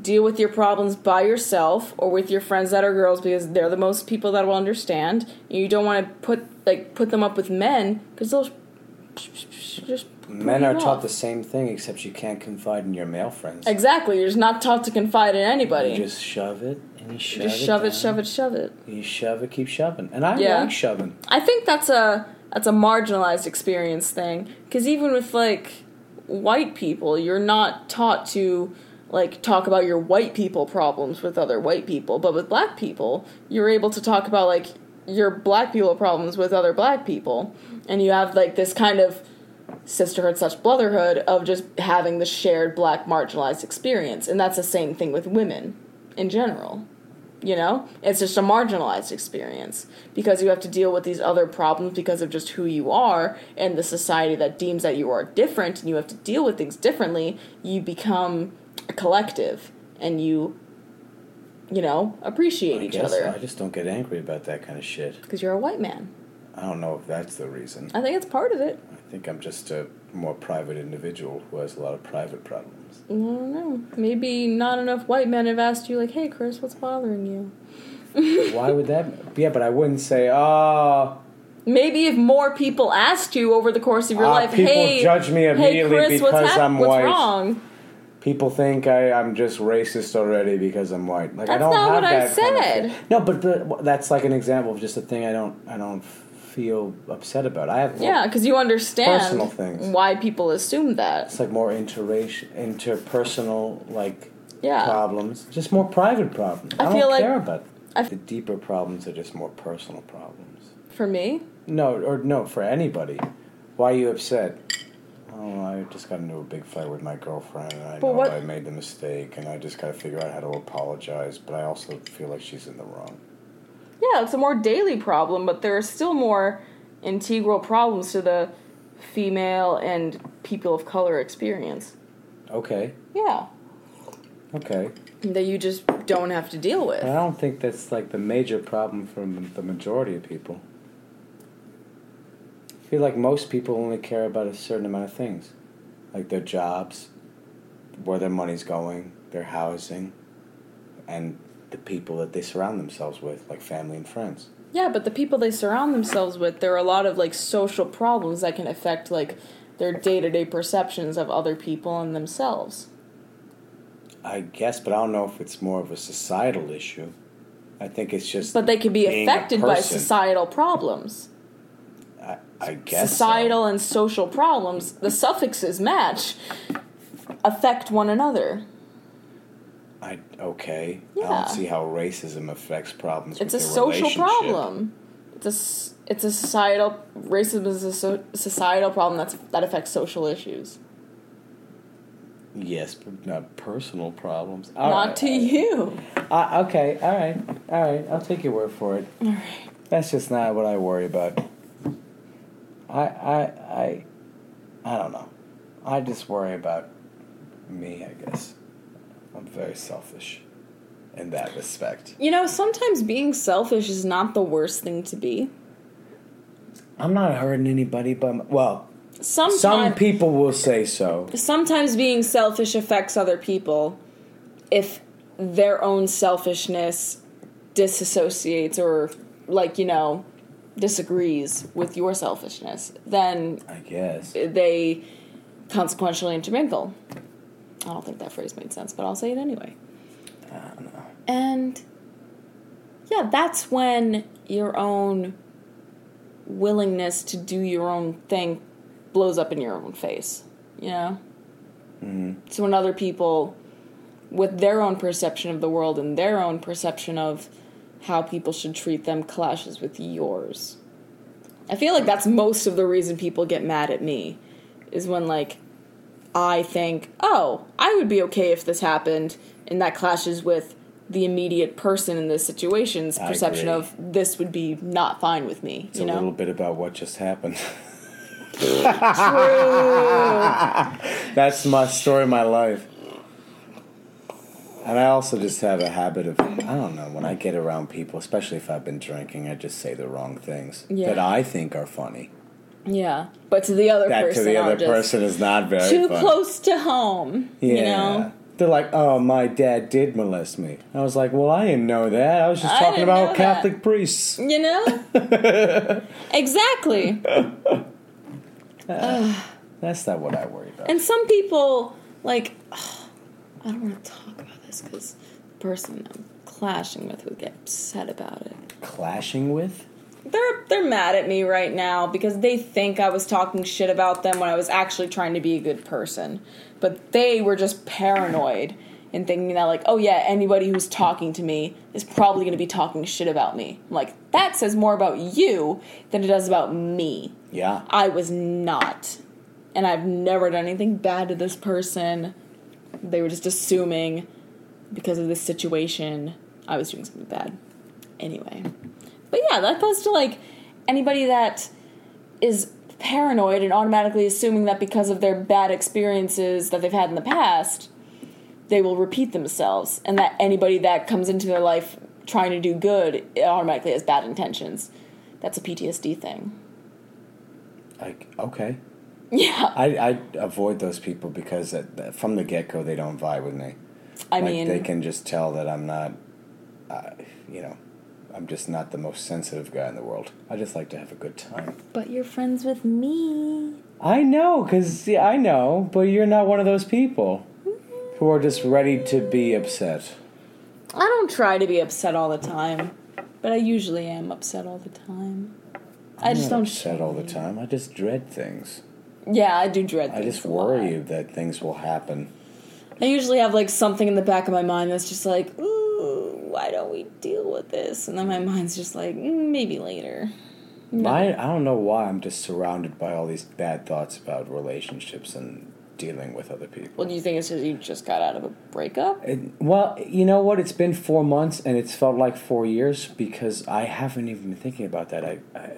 deal with your problems by yourself or with your friends that are girls because they're the most people that will understand. And you don't want to put like put them up with men because they'll just
Men are
you
taught
off.
the same thing, except you can't confide in your male friends.
exactly. You're just not taught to confide in anybody.
You just shove it and you shove
just
it.
shove it,
down,
shove it, shove it.
You shove it, keep shoving. And I
Yeah.
like shoving.
I think that's a that's a marginalized experience thing because even with like white people, you're not taught to like talk about your white people problems with other white people, but with black people, you're able to talk about like your black people problems with other black people, and you have like this kind of sisterhood such brotherhood of just having the shared black marginalized experience and that's the same thing with women in general you know it's just a marginalized experience because you have to deal with these other problems because of just who you are and the society that deems that you are different and you have to deal with things differently you become a collective and you you know appreciate
I
each
guess I
other
just don't get angry about that kind of shit.
because you're a white man
I don't know if that's the reason.
i think it's part of it
I think I'm just a more private individual who has a lot of private problems.
I don't know. Maybe not enough white men have asked you, like, hey, Chris, what's bothering you?
Why would that? Yeah, but I wouldn't say, oh,
Maybe if more people asked you over the course of your
Ah,
life,
people
hey,
judge me
hey,
immediately
Chris, what's,
because
hap-
I'm
what's
white."
wrong?
people think I, I'm just racist already because I'm white. Like I
That's
don't have
not what I
that kind of
said.
thing. no, but, but that's like an example of just a thing I don't I don't feel upset about. I have
Yeah, because you understand
Personal things.
why people assume that.
It's like more interracial, interpersonal like
Yeah.
problems, just more private problems.
I
I,
feel
don't
like-
care about.
I-
the deeper problems are just more personal problems.
For me,
No, or no, for anybody. Why are you upset? Oh, oh, I just got into a big fight with my girlfriend, and I
But
know
what-
I made the mistake, and I just got to figure out how to apologize. But I also feel like she's in the wrong.
Yeah, it's a more daily problem, but there are still more integral problems to the female and people of color experience.
Okay,
Yeah.
okay.
That you just don't have to deal with.
But I don't think that's like the major problem for m- the majority of people. I feel like most people only care about a certain amount of things, like their jobs, where their money's going, their housing, and the people that they surround themselves with, like family and friends.
Yeah, but the people they surround themselves with, there are a lot of like social problems that can affect like their day to day perceptions of other people and themselves.
I guess, but I don't know if it's more of a societal issue. I think it's just.
But they can be
Being a
affected by
person.
societal problems.
I, I guess so.
societal and social problems, the suffixes match, affect one another.
I okay. I
Yeah.
don't see how racism affects problems.
It's a
with their
social
relationship.
problem. It's a, s- it's a societal racism is a so, societal problem that's that affects social issues.
Yes, but not personal problems.
Not
Alright.
to you.
I- okay. All right. All right. I'll take your word for it. All right. That's just not what I worry about. I I I I don't know. I just worry about me. I guess I'm very selfish in that respect.
You know, sometimes being selfish is not the worst thing to be.
I'm not hurting anybody, but m- well,
Sometimes,
some people will say so.
sometimes being selfish affects other people if their own selfishness disassociates or, like, you know, disagrees with your selfishness. Then
I guess.
they consequentially intermingle. I don't think that phrase made sense, but I'll say it anyway. And yeah, that's when your own willingness to do your own thing blows up in your own face, you know?
Hmm.
So when other people, with their own perception of the world and their own perception of how people should treat them, clashes with yours. I feel like that's most of the reason people get mad at me is when like I think, "Oh, I would be okay if this happened," and that clashes with the immediate person in this situation's
I
perception
agree.
of this would be not fine with me,
It's
you
a
know.
little bit about what just happened. That's my story, of my life. And I also just have a habit of, I don't know, when I get around people, especially if I've been drinking, I just say the wrong things
Yeah.
that I think are funny.
Yeah, but to the other
That
person,
to the
I'll
other
just-
person is not very
too
funny.
close to home.
Yeah.
You know,
They're like, oh, my dad did molest me. I was like, well, I didn't know that. I was just
I
talking
didn't
about
know
Catholic priests.
you know, exactly.
That's not what I worry about.
And some people like, ugh, I don't want to talk about this because the person I'm clashing with would get upset about it.
Clashing with?
They're they're mad at me right now because they think I was talking shit about them when I was actually trying to be a good person. But they were just paranoid and thinking that like, oh yeah, anybody who's talking to me is probably going to be talking shit about me. I'm like that says more about you than it does about me.
Yeah.
I was not. And I've never done anything bad to this person. They were just assuming because of this situation I was doing something bad. Anyway. But yeah, that goes to like anybody that is paranoid and automatically assuming that because of their bad experiences that they've had in the past, they will repeat themselves and that anybody that comes into their life trying to do good it automatically has bad intentions. That's a PTSD thing.
Like, okay.
Yeah.
I, I avoid those people because at, the- from the get go, they don't vibe with me.
I
like
mean,
they can just tell that I'm not, uh, you know, I'm just not the most sensitive guy in the world. I just like to have a good time.
but you're friends with me.
I know, cause yeah, I know, but you're not one of those people who are just ready to be upset.
I don't try to be upset all the time, but I usually am upset all the time. I just
I'm
don't.
upset all the time. I just dread things.
Yeah, I do dread.
I
things
just
a lot.
worry that things will happen.
I usually have like something in the back of my mind that's just like, ooh, why don't we deal with this? And then my mind's just like, mm, maybe later.
My, I don't know why I'm just surrounded by all these bad thoughts about relationships and dealing with other people.
Well, do you think it's because you just got out of a breakup?
It- well, you know what? It's been four months, and it's felt like four years because I haven't even been thinking about that. I, I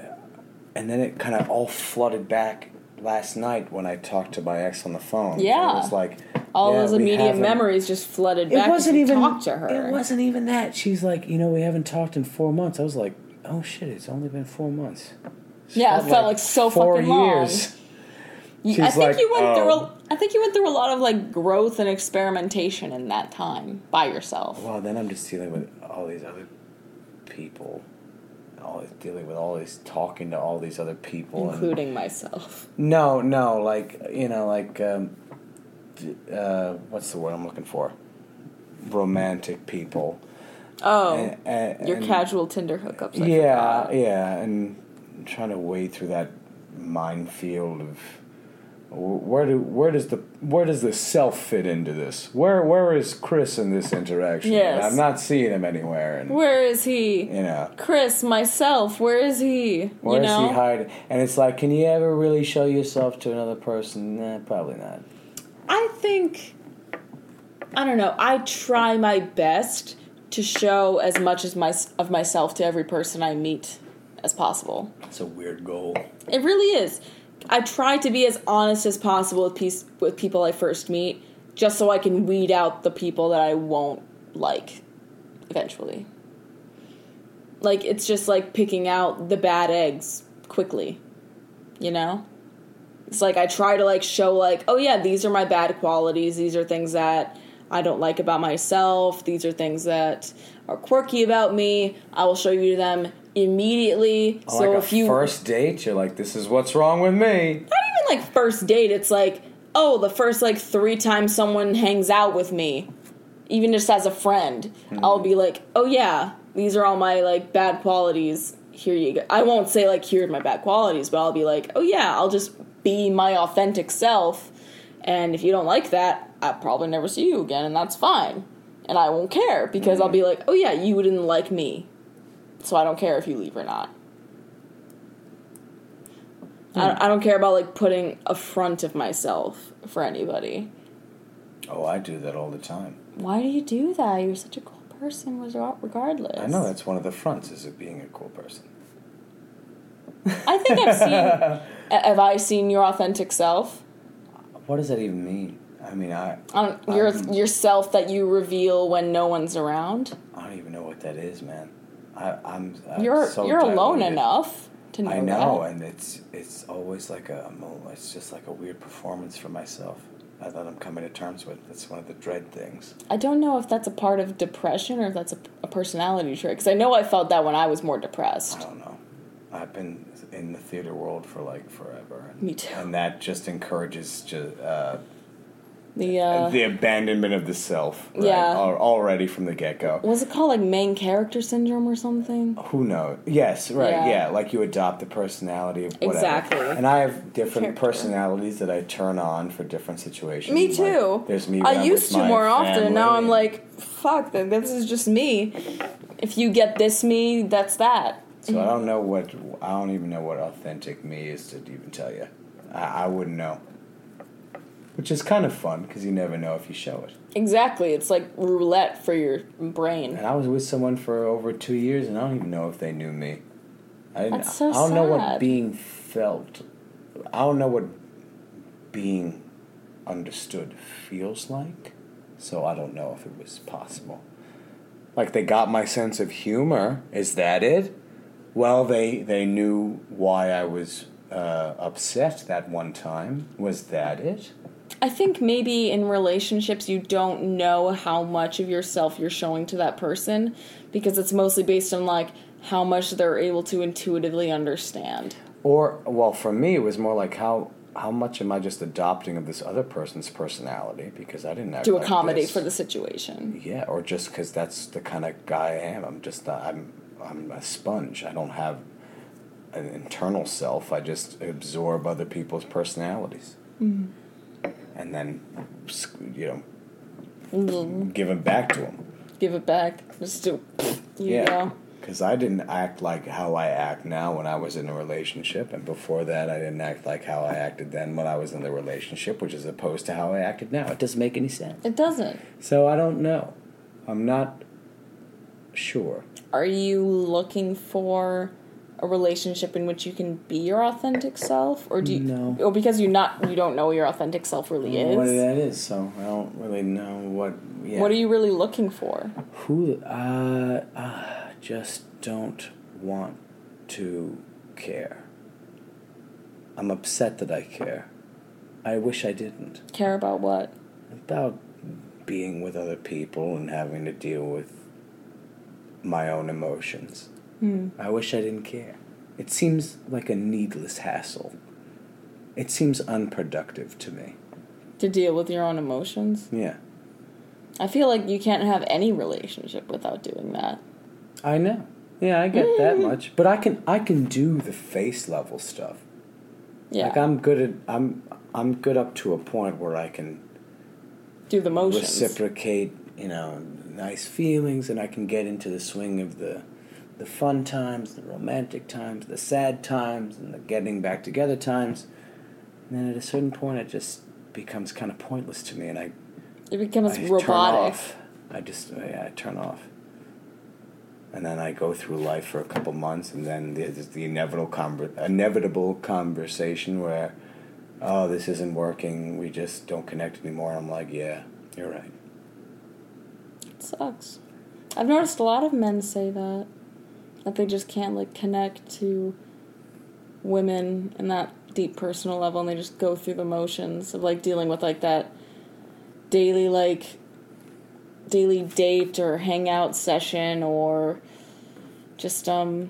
and then it kind of all flooded back last night when I talked to my ex on the phone.
Yeah.
it was like
All
yeah,
those
we
immediate
haven't-
memories just flooded
It
back.
wasn't even
talk to her.
It wasn't even that. She's like, you know, we haven't talked in four months. I was like, oh shit, it's only been four months.
Yeah, it felt like so
four
fucking long.
years.
You- I
She's
think
like,
you went through.
"Oh."
A, I think you went through a lot of like growth and experimentation in that time by yourself.
Well, then I'm just dealing with all these other people. All dealing with all these talking to all these other people. and-
including myself.
no, no, like you know, like um, d- uh, what's the word I'm looking for? Romantic people.
Oh,
And- and-
your
and-
casual Tinder hookups. I
yeah,
forgot.
yeah, and trying to wade through that minefield of wh- where do where does the where does the self fit into this? Where where is Chris in this interaction?
Yes.
I'm not seeing him anywhere, and
Where is he?
you know.
Chris, myself, where is he?
Where
you
is
know?
he hiding? And it's like, can you ever really show yourself to another person? Nah, probably not.
I think I don't know. I try my best to show as much as my of myself to every person I meet as possible.
That's a weird goal.
It really is. I try to be as honest as possible with peace, with people I first meet, just so I can weed out the people that I won't like eventually. Like it's just like picking out the bad eggs quickly. You know? It's like I try to like show like, oh yeah, these are my bad qualities, these are things that I don't like about myself, these are things that are quirky about me. I will show you them immediately. so
like a
if you
first date, you're like, this is what's wrong with me.
not even like first date. It's like, oh, the first like three times someone hangs out with me, even just as a friend, I'll be like, oh yeah, these are all my like bad qualities. Here you go. I won't say like here are my bad qualities, but I'll be like, oh yeah, I'll just be my authentic self. And if you don't like that, I'll probably never see you again, and that's fine. And I won't care because I'll be like, oh yeah, you didn't like me, so I don't care if you leave or not. I, don't- I don't care about like putting a front of myself for anybody.
Oh, I do that all the time.
Why do you do that? You're such a cool person, regar- regardless.
I know that's one of the fronts is of being a cool person.
I think I've seen. a- have I seen your authentic self?
What does that even mean? I mean, I
I don't, your
Um,
yourself that you reveal when no one's around.
I don't even know what that is, man. I, I'm, i
You're
so
you're alone
diluted.
enough to know.
I know,
That.
and it's it's always like a mo- it's just like a weird performance for myself. I that I'm coming to terms with. That's one of the dread things.
I don't know if that's a part of depression or if that's a, a personality trait. Because I know I felt that when I was more
I
depressed.
don't know. I've been in the theater world for like forever. And,
Me too.
And that just encourages ju- uh,
The uh,
the abandonment of the self. Right?
Yeah.
Al- already from the get go.
was it called like main character syndrome or something?
Who knows? Yes, right,
Yeah.
yeah. Like you adopt the personality of whatever.
Exactly.
And I have different
Character.
personalities that I turn on for different situations.
Me
Like,
too.
there's me. when
I
I'm
used
with
to
my
more often. Now
family.
I'm like, fuck. th- This is just me. If you get this me, that's that.
So I don't know what. I don't even know what authentic me is to even tell you. I, I wouldn't know. Which is kind of fun because you never know if you show it.
Exactly. It's like roulette for your brain.
And I was with someone for over two years, and I don't even know if they knew me. I didn't.
That's so
I don't know
sad.
what being felt. I don't know what being understood feels like. So I don't know if it was possible. Like they got my sense of humor. Is that it? Well, they they knew why I was uh, upset that one time. Was that it?
I think maybe in relationships you don't know how much of yourself you're showing to that person because it's mostly based on like how much they're able to intuitively understand.
Or well, for me, it was more like how how much am I just adopting of this other person's personality because I didn't act
To
like
accommodate
this.
for the situation.
yeah, or just because that's the kind of guy I am. I'm just not, I'm I'm a sponge. I don't have an internal self. I just absorb other people's personalities,
Mm-hmm.
and then you
Mm-hmm.
know give them back to them.
Give it back. Just do. You
Yeah.
go.
because I didn't act like how I act now when I was in a relationship, and before that, I didn't act like how I acted then when I was in the relationship, which is opposed to how I acted now. It doesn't make any sense.
It doesn't.
So I don't know. I'm not sure.
Are you looking for a relationship in which you can be your authentic self, or do you?
No.
Or because you're not, you don't know what your authentic self really is.
What that is, so I don't really know what. Yeah.
What are you really looking for?
Who? Uh, uh, just don't want to care. I'm upset that I care. I wish I didn't.
Care about what?
About being with other people and having to deal with my own emotions. I wish I didn't care. It seems like a needless hassle. It seems unproductive to me.
To deal with your own emotions.
Yeah.
I feel like you can't have any relationship without doing that.
I know. Yeah, I get that much. But I can I can do the face level stuff.
Yeah.
Like I'm good at I'm I'm good up to a point where I can
Do the motions.
reciprocate, you know, nice feelings and I can get into the swing of the the fun times, the romantic times, the sad times and the getting back together times. And then at a certain point it just becomes kind of pointless to me and I
it becomes
I Turn
robotic.
off. I just yeah, I turn off. And then I go through life for a couple months, and then there's the inevitable conver- inevitable conversation where, oh, this isn't working. We just don't connect anymore. And I'm like, yeah, you're right.
It sucks. I've noticed a lot of men say that. That they just can't like connect to women in that deep personal level and they just go through the motions of like dealing with like that daily like daily date or hangout session or just um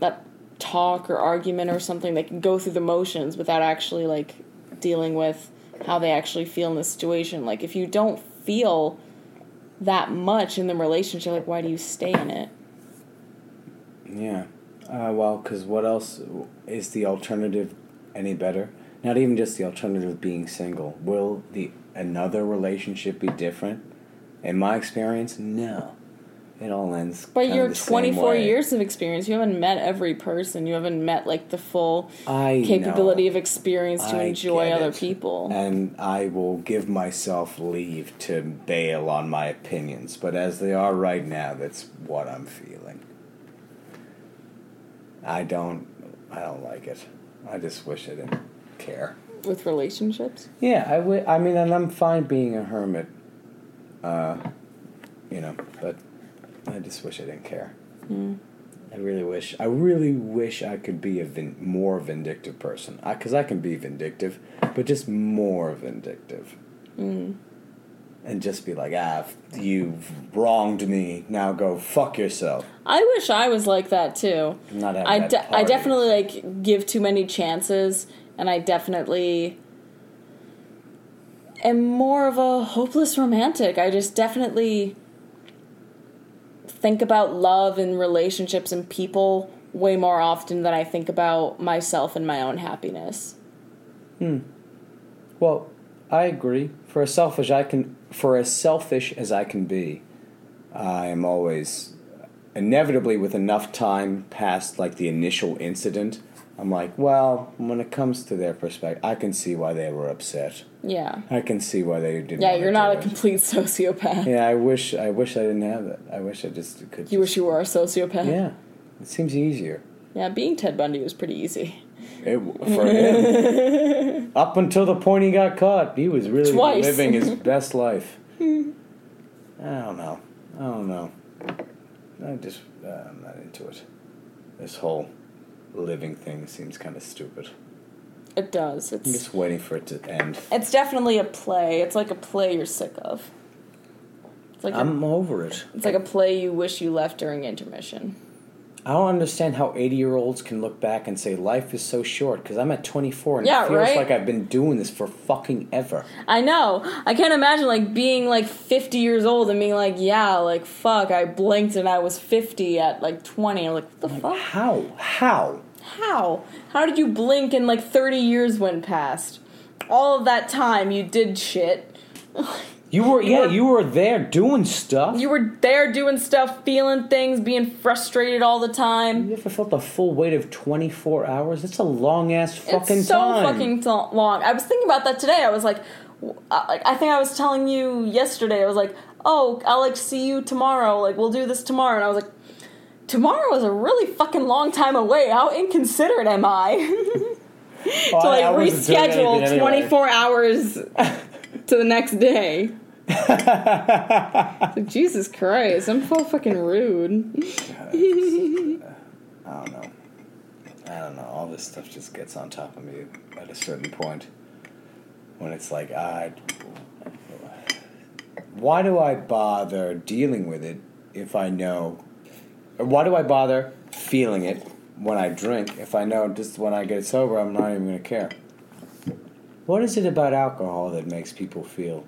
that talk or argument or something they can go through the motions without actually like dealing with how they actually feel in the situation like if you don't feel that much in the relationship like why do you stay in it
Yeah. Uh, well, because what else is the alternative any better? Not even just the alternative of being single. Will the another relationship be different? In my experience, no. It all ends.
but
kinda
your
the same
24
way.
years of experience you haven't met every person you haven't met like the full
I
capability
know.
of experience to
I
enjoy
get
other
it.
people
And I will give myself leave to bail on my opinions, but as they are right now, that's what I'm feeling. I don't I don't like it. I just wish I didn't care.
with relationships
Yeah, I wi- I mean and I'm fine being a hermit. Uh you know, but I just wish I didn't care.
Hmm.
I really wish. I really wish I could be a vin- more vindictive person. Because I, 'cause I can be vindictive, but just more vindictive.
Hmm.
And just be like, ah, f- you've wronged me. Now go fuck yourself.
I wish I was like that too.
I'm not having
I,
that
de- I
party.
definitely like give too many chances, and I definitely am more of a hopeless romantic. I just definitely think about love and relationships and people way more often than I think about myself and my own happiness.
Well, I agree. For as selfish I can, for as selfish as I can be, I am always inevitably with enough time past like the initial incident. I'm like, well, when it comes to their perspective, I can see why they were upset.
Yeah.
I can see why they didn't.
Yeah,
wanna
you're not
do
a
it.
complete sociopath.
Yeah, I wish. I wish I didn't have that. I wish I just could.
You wish you were a sociopath.
Yeah, it seems easier.
Yeah, being Ted Bundy was pretty easy.
It, for him, up until the point he got caught, he was really
Twice.
living his best life. I don't know. I don't know. I just uh, I'm not into it. This whole living thing seems kind of stupid.
It does. It's
I'm just waiting for it to end.
It's definitely a play. It's like a play you're sick of. It's like a,
I'm over it.
it's like a play you wish you left during intermission.
I don't understand how 80 year olds can look back and say life is so short because I'm at 24 and
Yeah,
it feels
right?
like I've been doing this for fucking ever.
I know. I can't imagine like being like 50 years old and being like, yeah, like fuck, I blinked and I was 50 at like 20. I'm like, what the fuck?
How? How?
How? How did you blink and like 30 years went past? All of that time you did shit.
You were yeah, you were there doing stuff.
You were there doing stuff, feeling things, being frustrated all the time.
You ever felt the full weight of 24 hours? It's a long ass fucking
it's so
time.
fucking t- long. I was thinking about that today. I was like, w- I, like, I think I was telling you yesterday. I was like, oh, I'll like see you tomorrow. Like we'll do this tomorrow. And I was like, tomorrow is a really fucking long time away. How inconsiderate am I
Oh,
to
I-
like
I wasn't doing
reschedule
anything anyway.
24 hours to the next day? It's like, Jesus Christ, I'm so fucking rude.
I don't know. I don't know. All this stuff just gets on top of me at a certain point when it's like, I. Why do I bother dealing with it if I know. Or why do I bother feeling it when I drink if I know just when I get sober I'm not even going to care? What is it about alcohol that makes people feel.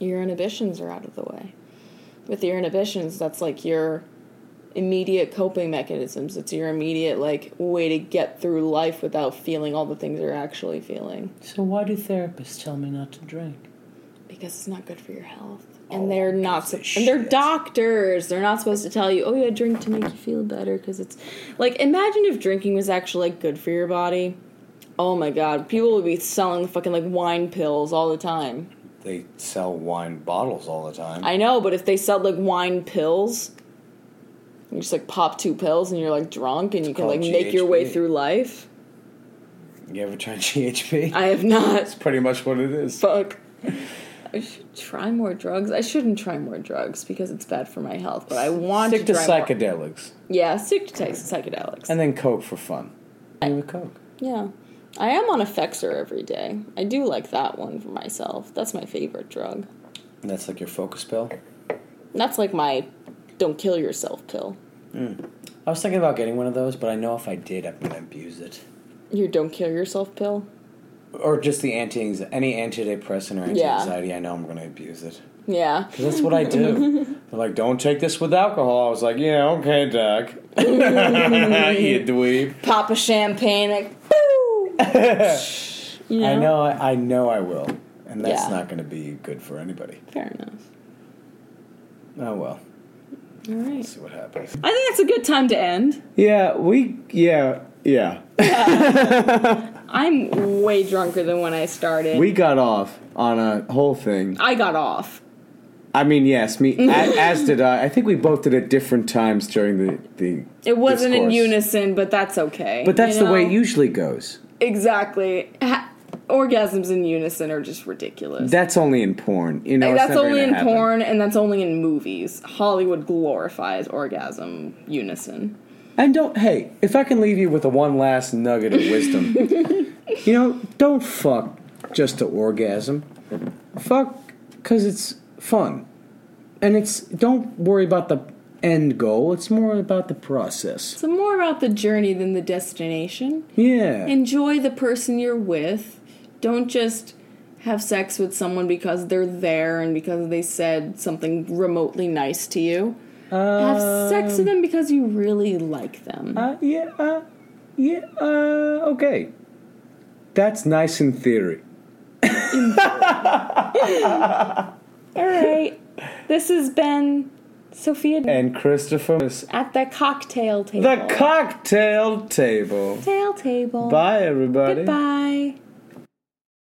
your inhibitions are out of the way. With your inhibitions, that's like your immediate coping mechanisms. It's your immediate like way to get through life without feeling all the things you're actually feeling
So why do therapists tell me not to drink?
because it's not good for your health. And they're not,
they
sup- and they're
shit.
doctors. They're not supposed to tell you, oh yeah, drink to make you feel better because it's like imagine if drinking was actually like good for your body. Oh my god, people would be selling the fucking like wine pills all the time.
They sell wine bottles all the time.
I know, but if they sell like wine pills, you just like pop two pills and you're like drunk and you can like
called
make your way
GHB.
through life.
you ever tried GHB?
I have not.
Pretty much what it is.
Fuck. I should try more drugs. I shouldn't try more drugs because it's bad for my health, but I want
Stick to
to try more-
psychedelics.
Yeah, stick to psych- psychedelics.
And then Coke for fun. You with Coke.
yeah. I am on Effexor every day. I do like that one for myself. That's my favorite drug.
And that's like your focus pill.
That's like my don't kill yourself pill.
I was thinking about getting one of those, but I know if I did, I'm gonna abuse it.
Your don't kill yourself pill?
Or just the anti any antidepressant or anti
Yeah.
anxiety. I know I'm gonna abuse it.
Yeah.
'Cause That's what I do. They're like, don't take this with alcohol. I was like, yeah, okay, Doc. you dweeb.
pop a champagne, like boo. You
I know. I, I know. I will. And that's
Yeah.
not gonna be good for anybody.
Fair enough.
Oh well.
All right.
See what happens.
I think that's a good time to end.
Yeah. We. Yeah. Yeah.
I'm way drunker than when I started.
We got off on a whole thing.
I got off.
I mean, yes, me a- as did I. I think we both did at different times during the the.
It wasn't in
discourse.
unison, but that's okay.
But that's
you
the way it
know?
usually goes.
exactly. Ha- orgasms in unison are just ridiculous.
That's only in porn, you know.
Like,
it's
that's
never
only
gonna
in
happen.
porn, and that's only in movies. Hollywood glorifies orgasm unison.
And don't. Hey, if I can leave you with a one last nugget of wisdom, you know, don't fuck just to orgasm. Fuck because it's fun, and it's don't worry about the end goal. It's more about the process.
So more about the journey than the destination.
Yeah.
enjoy the person you're with. Don't just have sex with someone because they're there and because they said something remotely nice to you. have sex with them because you really like them.
Um, Uh, yeah, uh, yeah, uh, okay. That's nice in theory.
All right. This has been Sophia
And Christopher is
at the cocktail table.
the cocktail table.
cocktail table.
Bye, everybody.
Goodbye.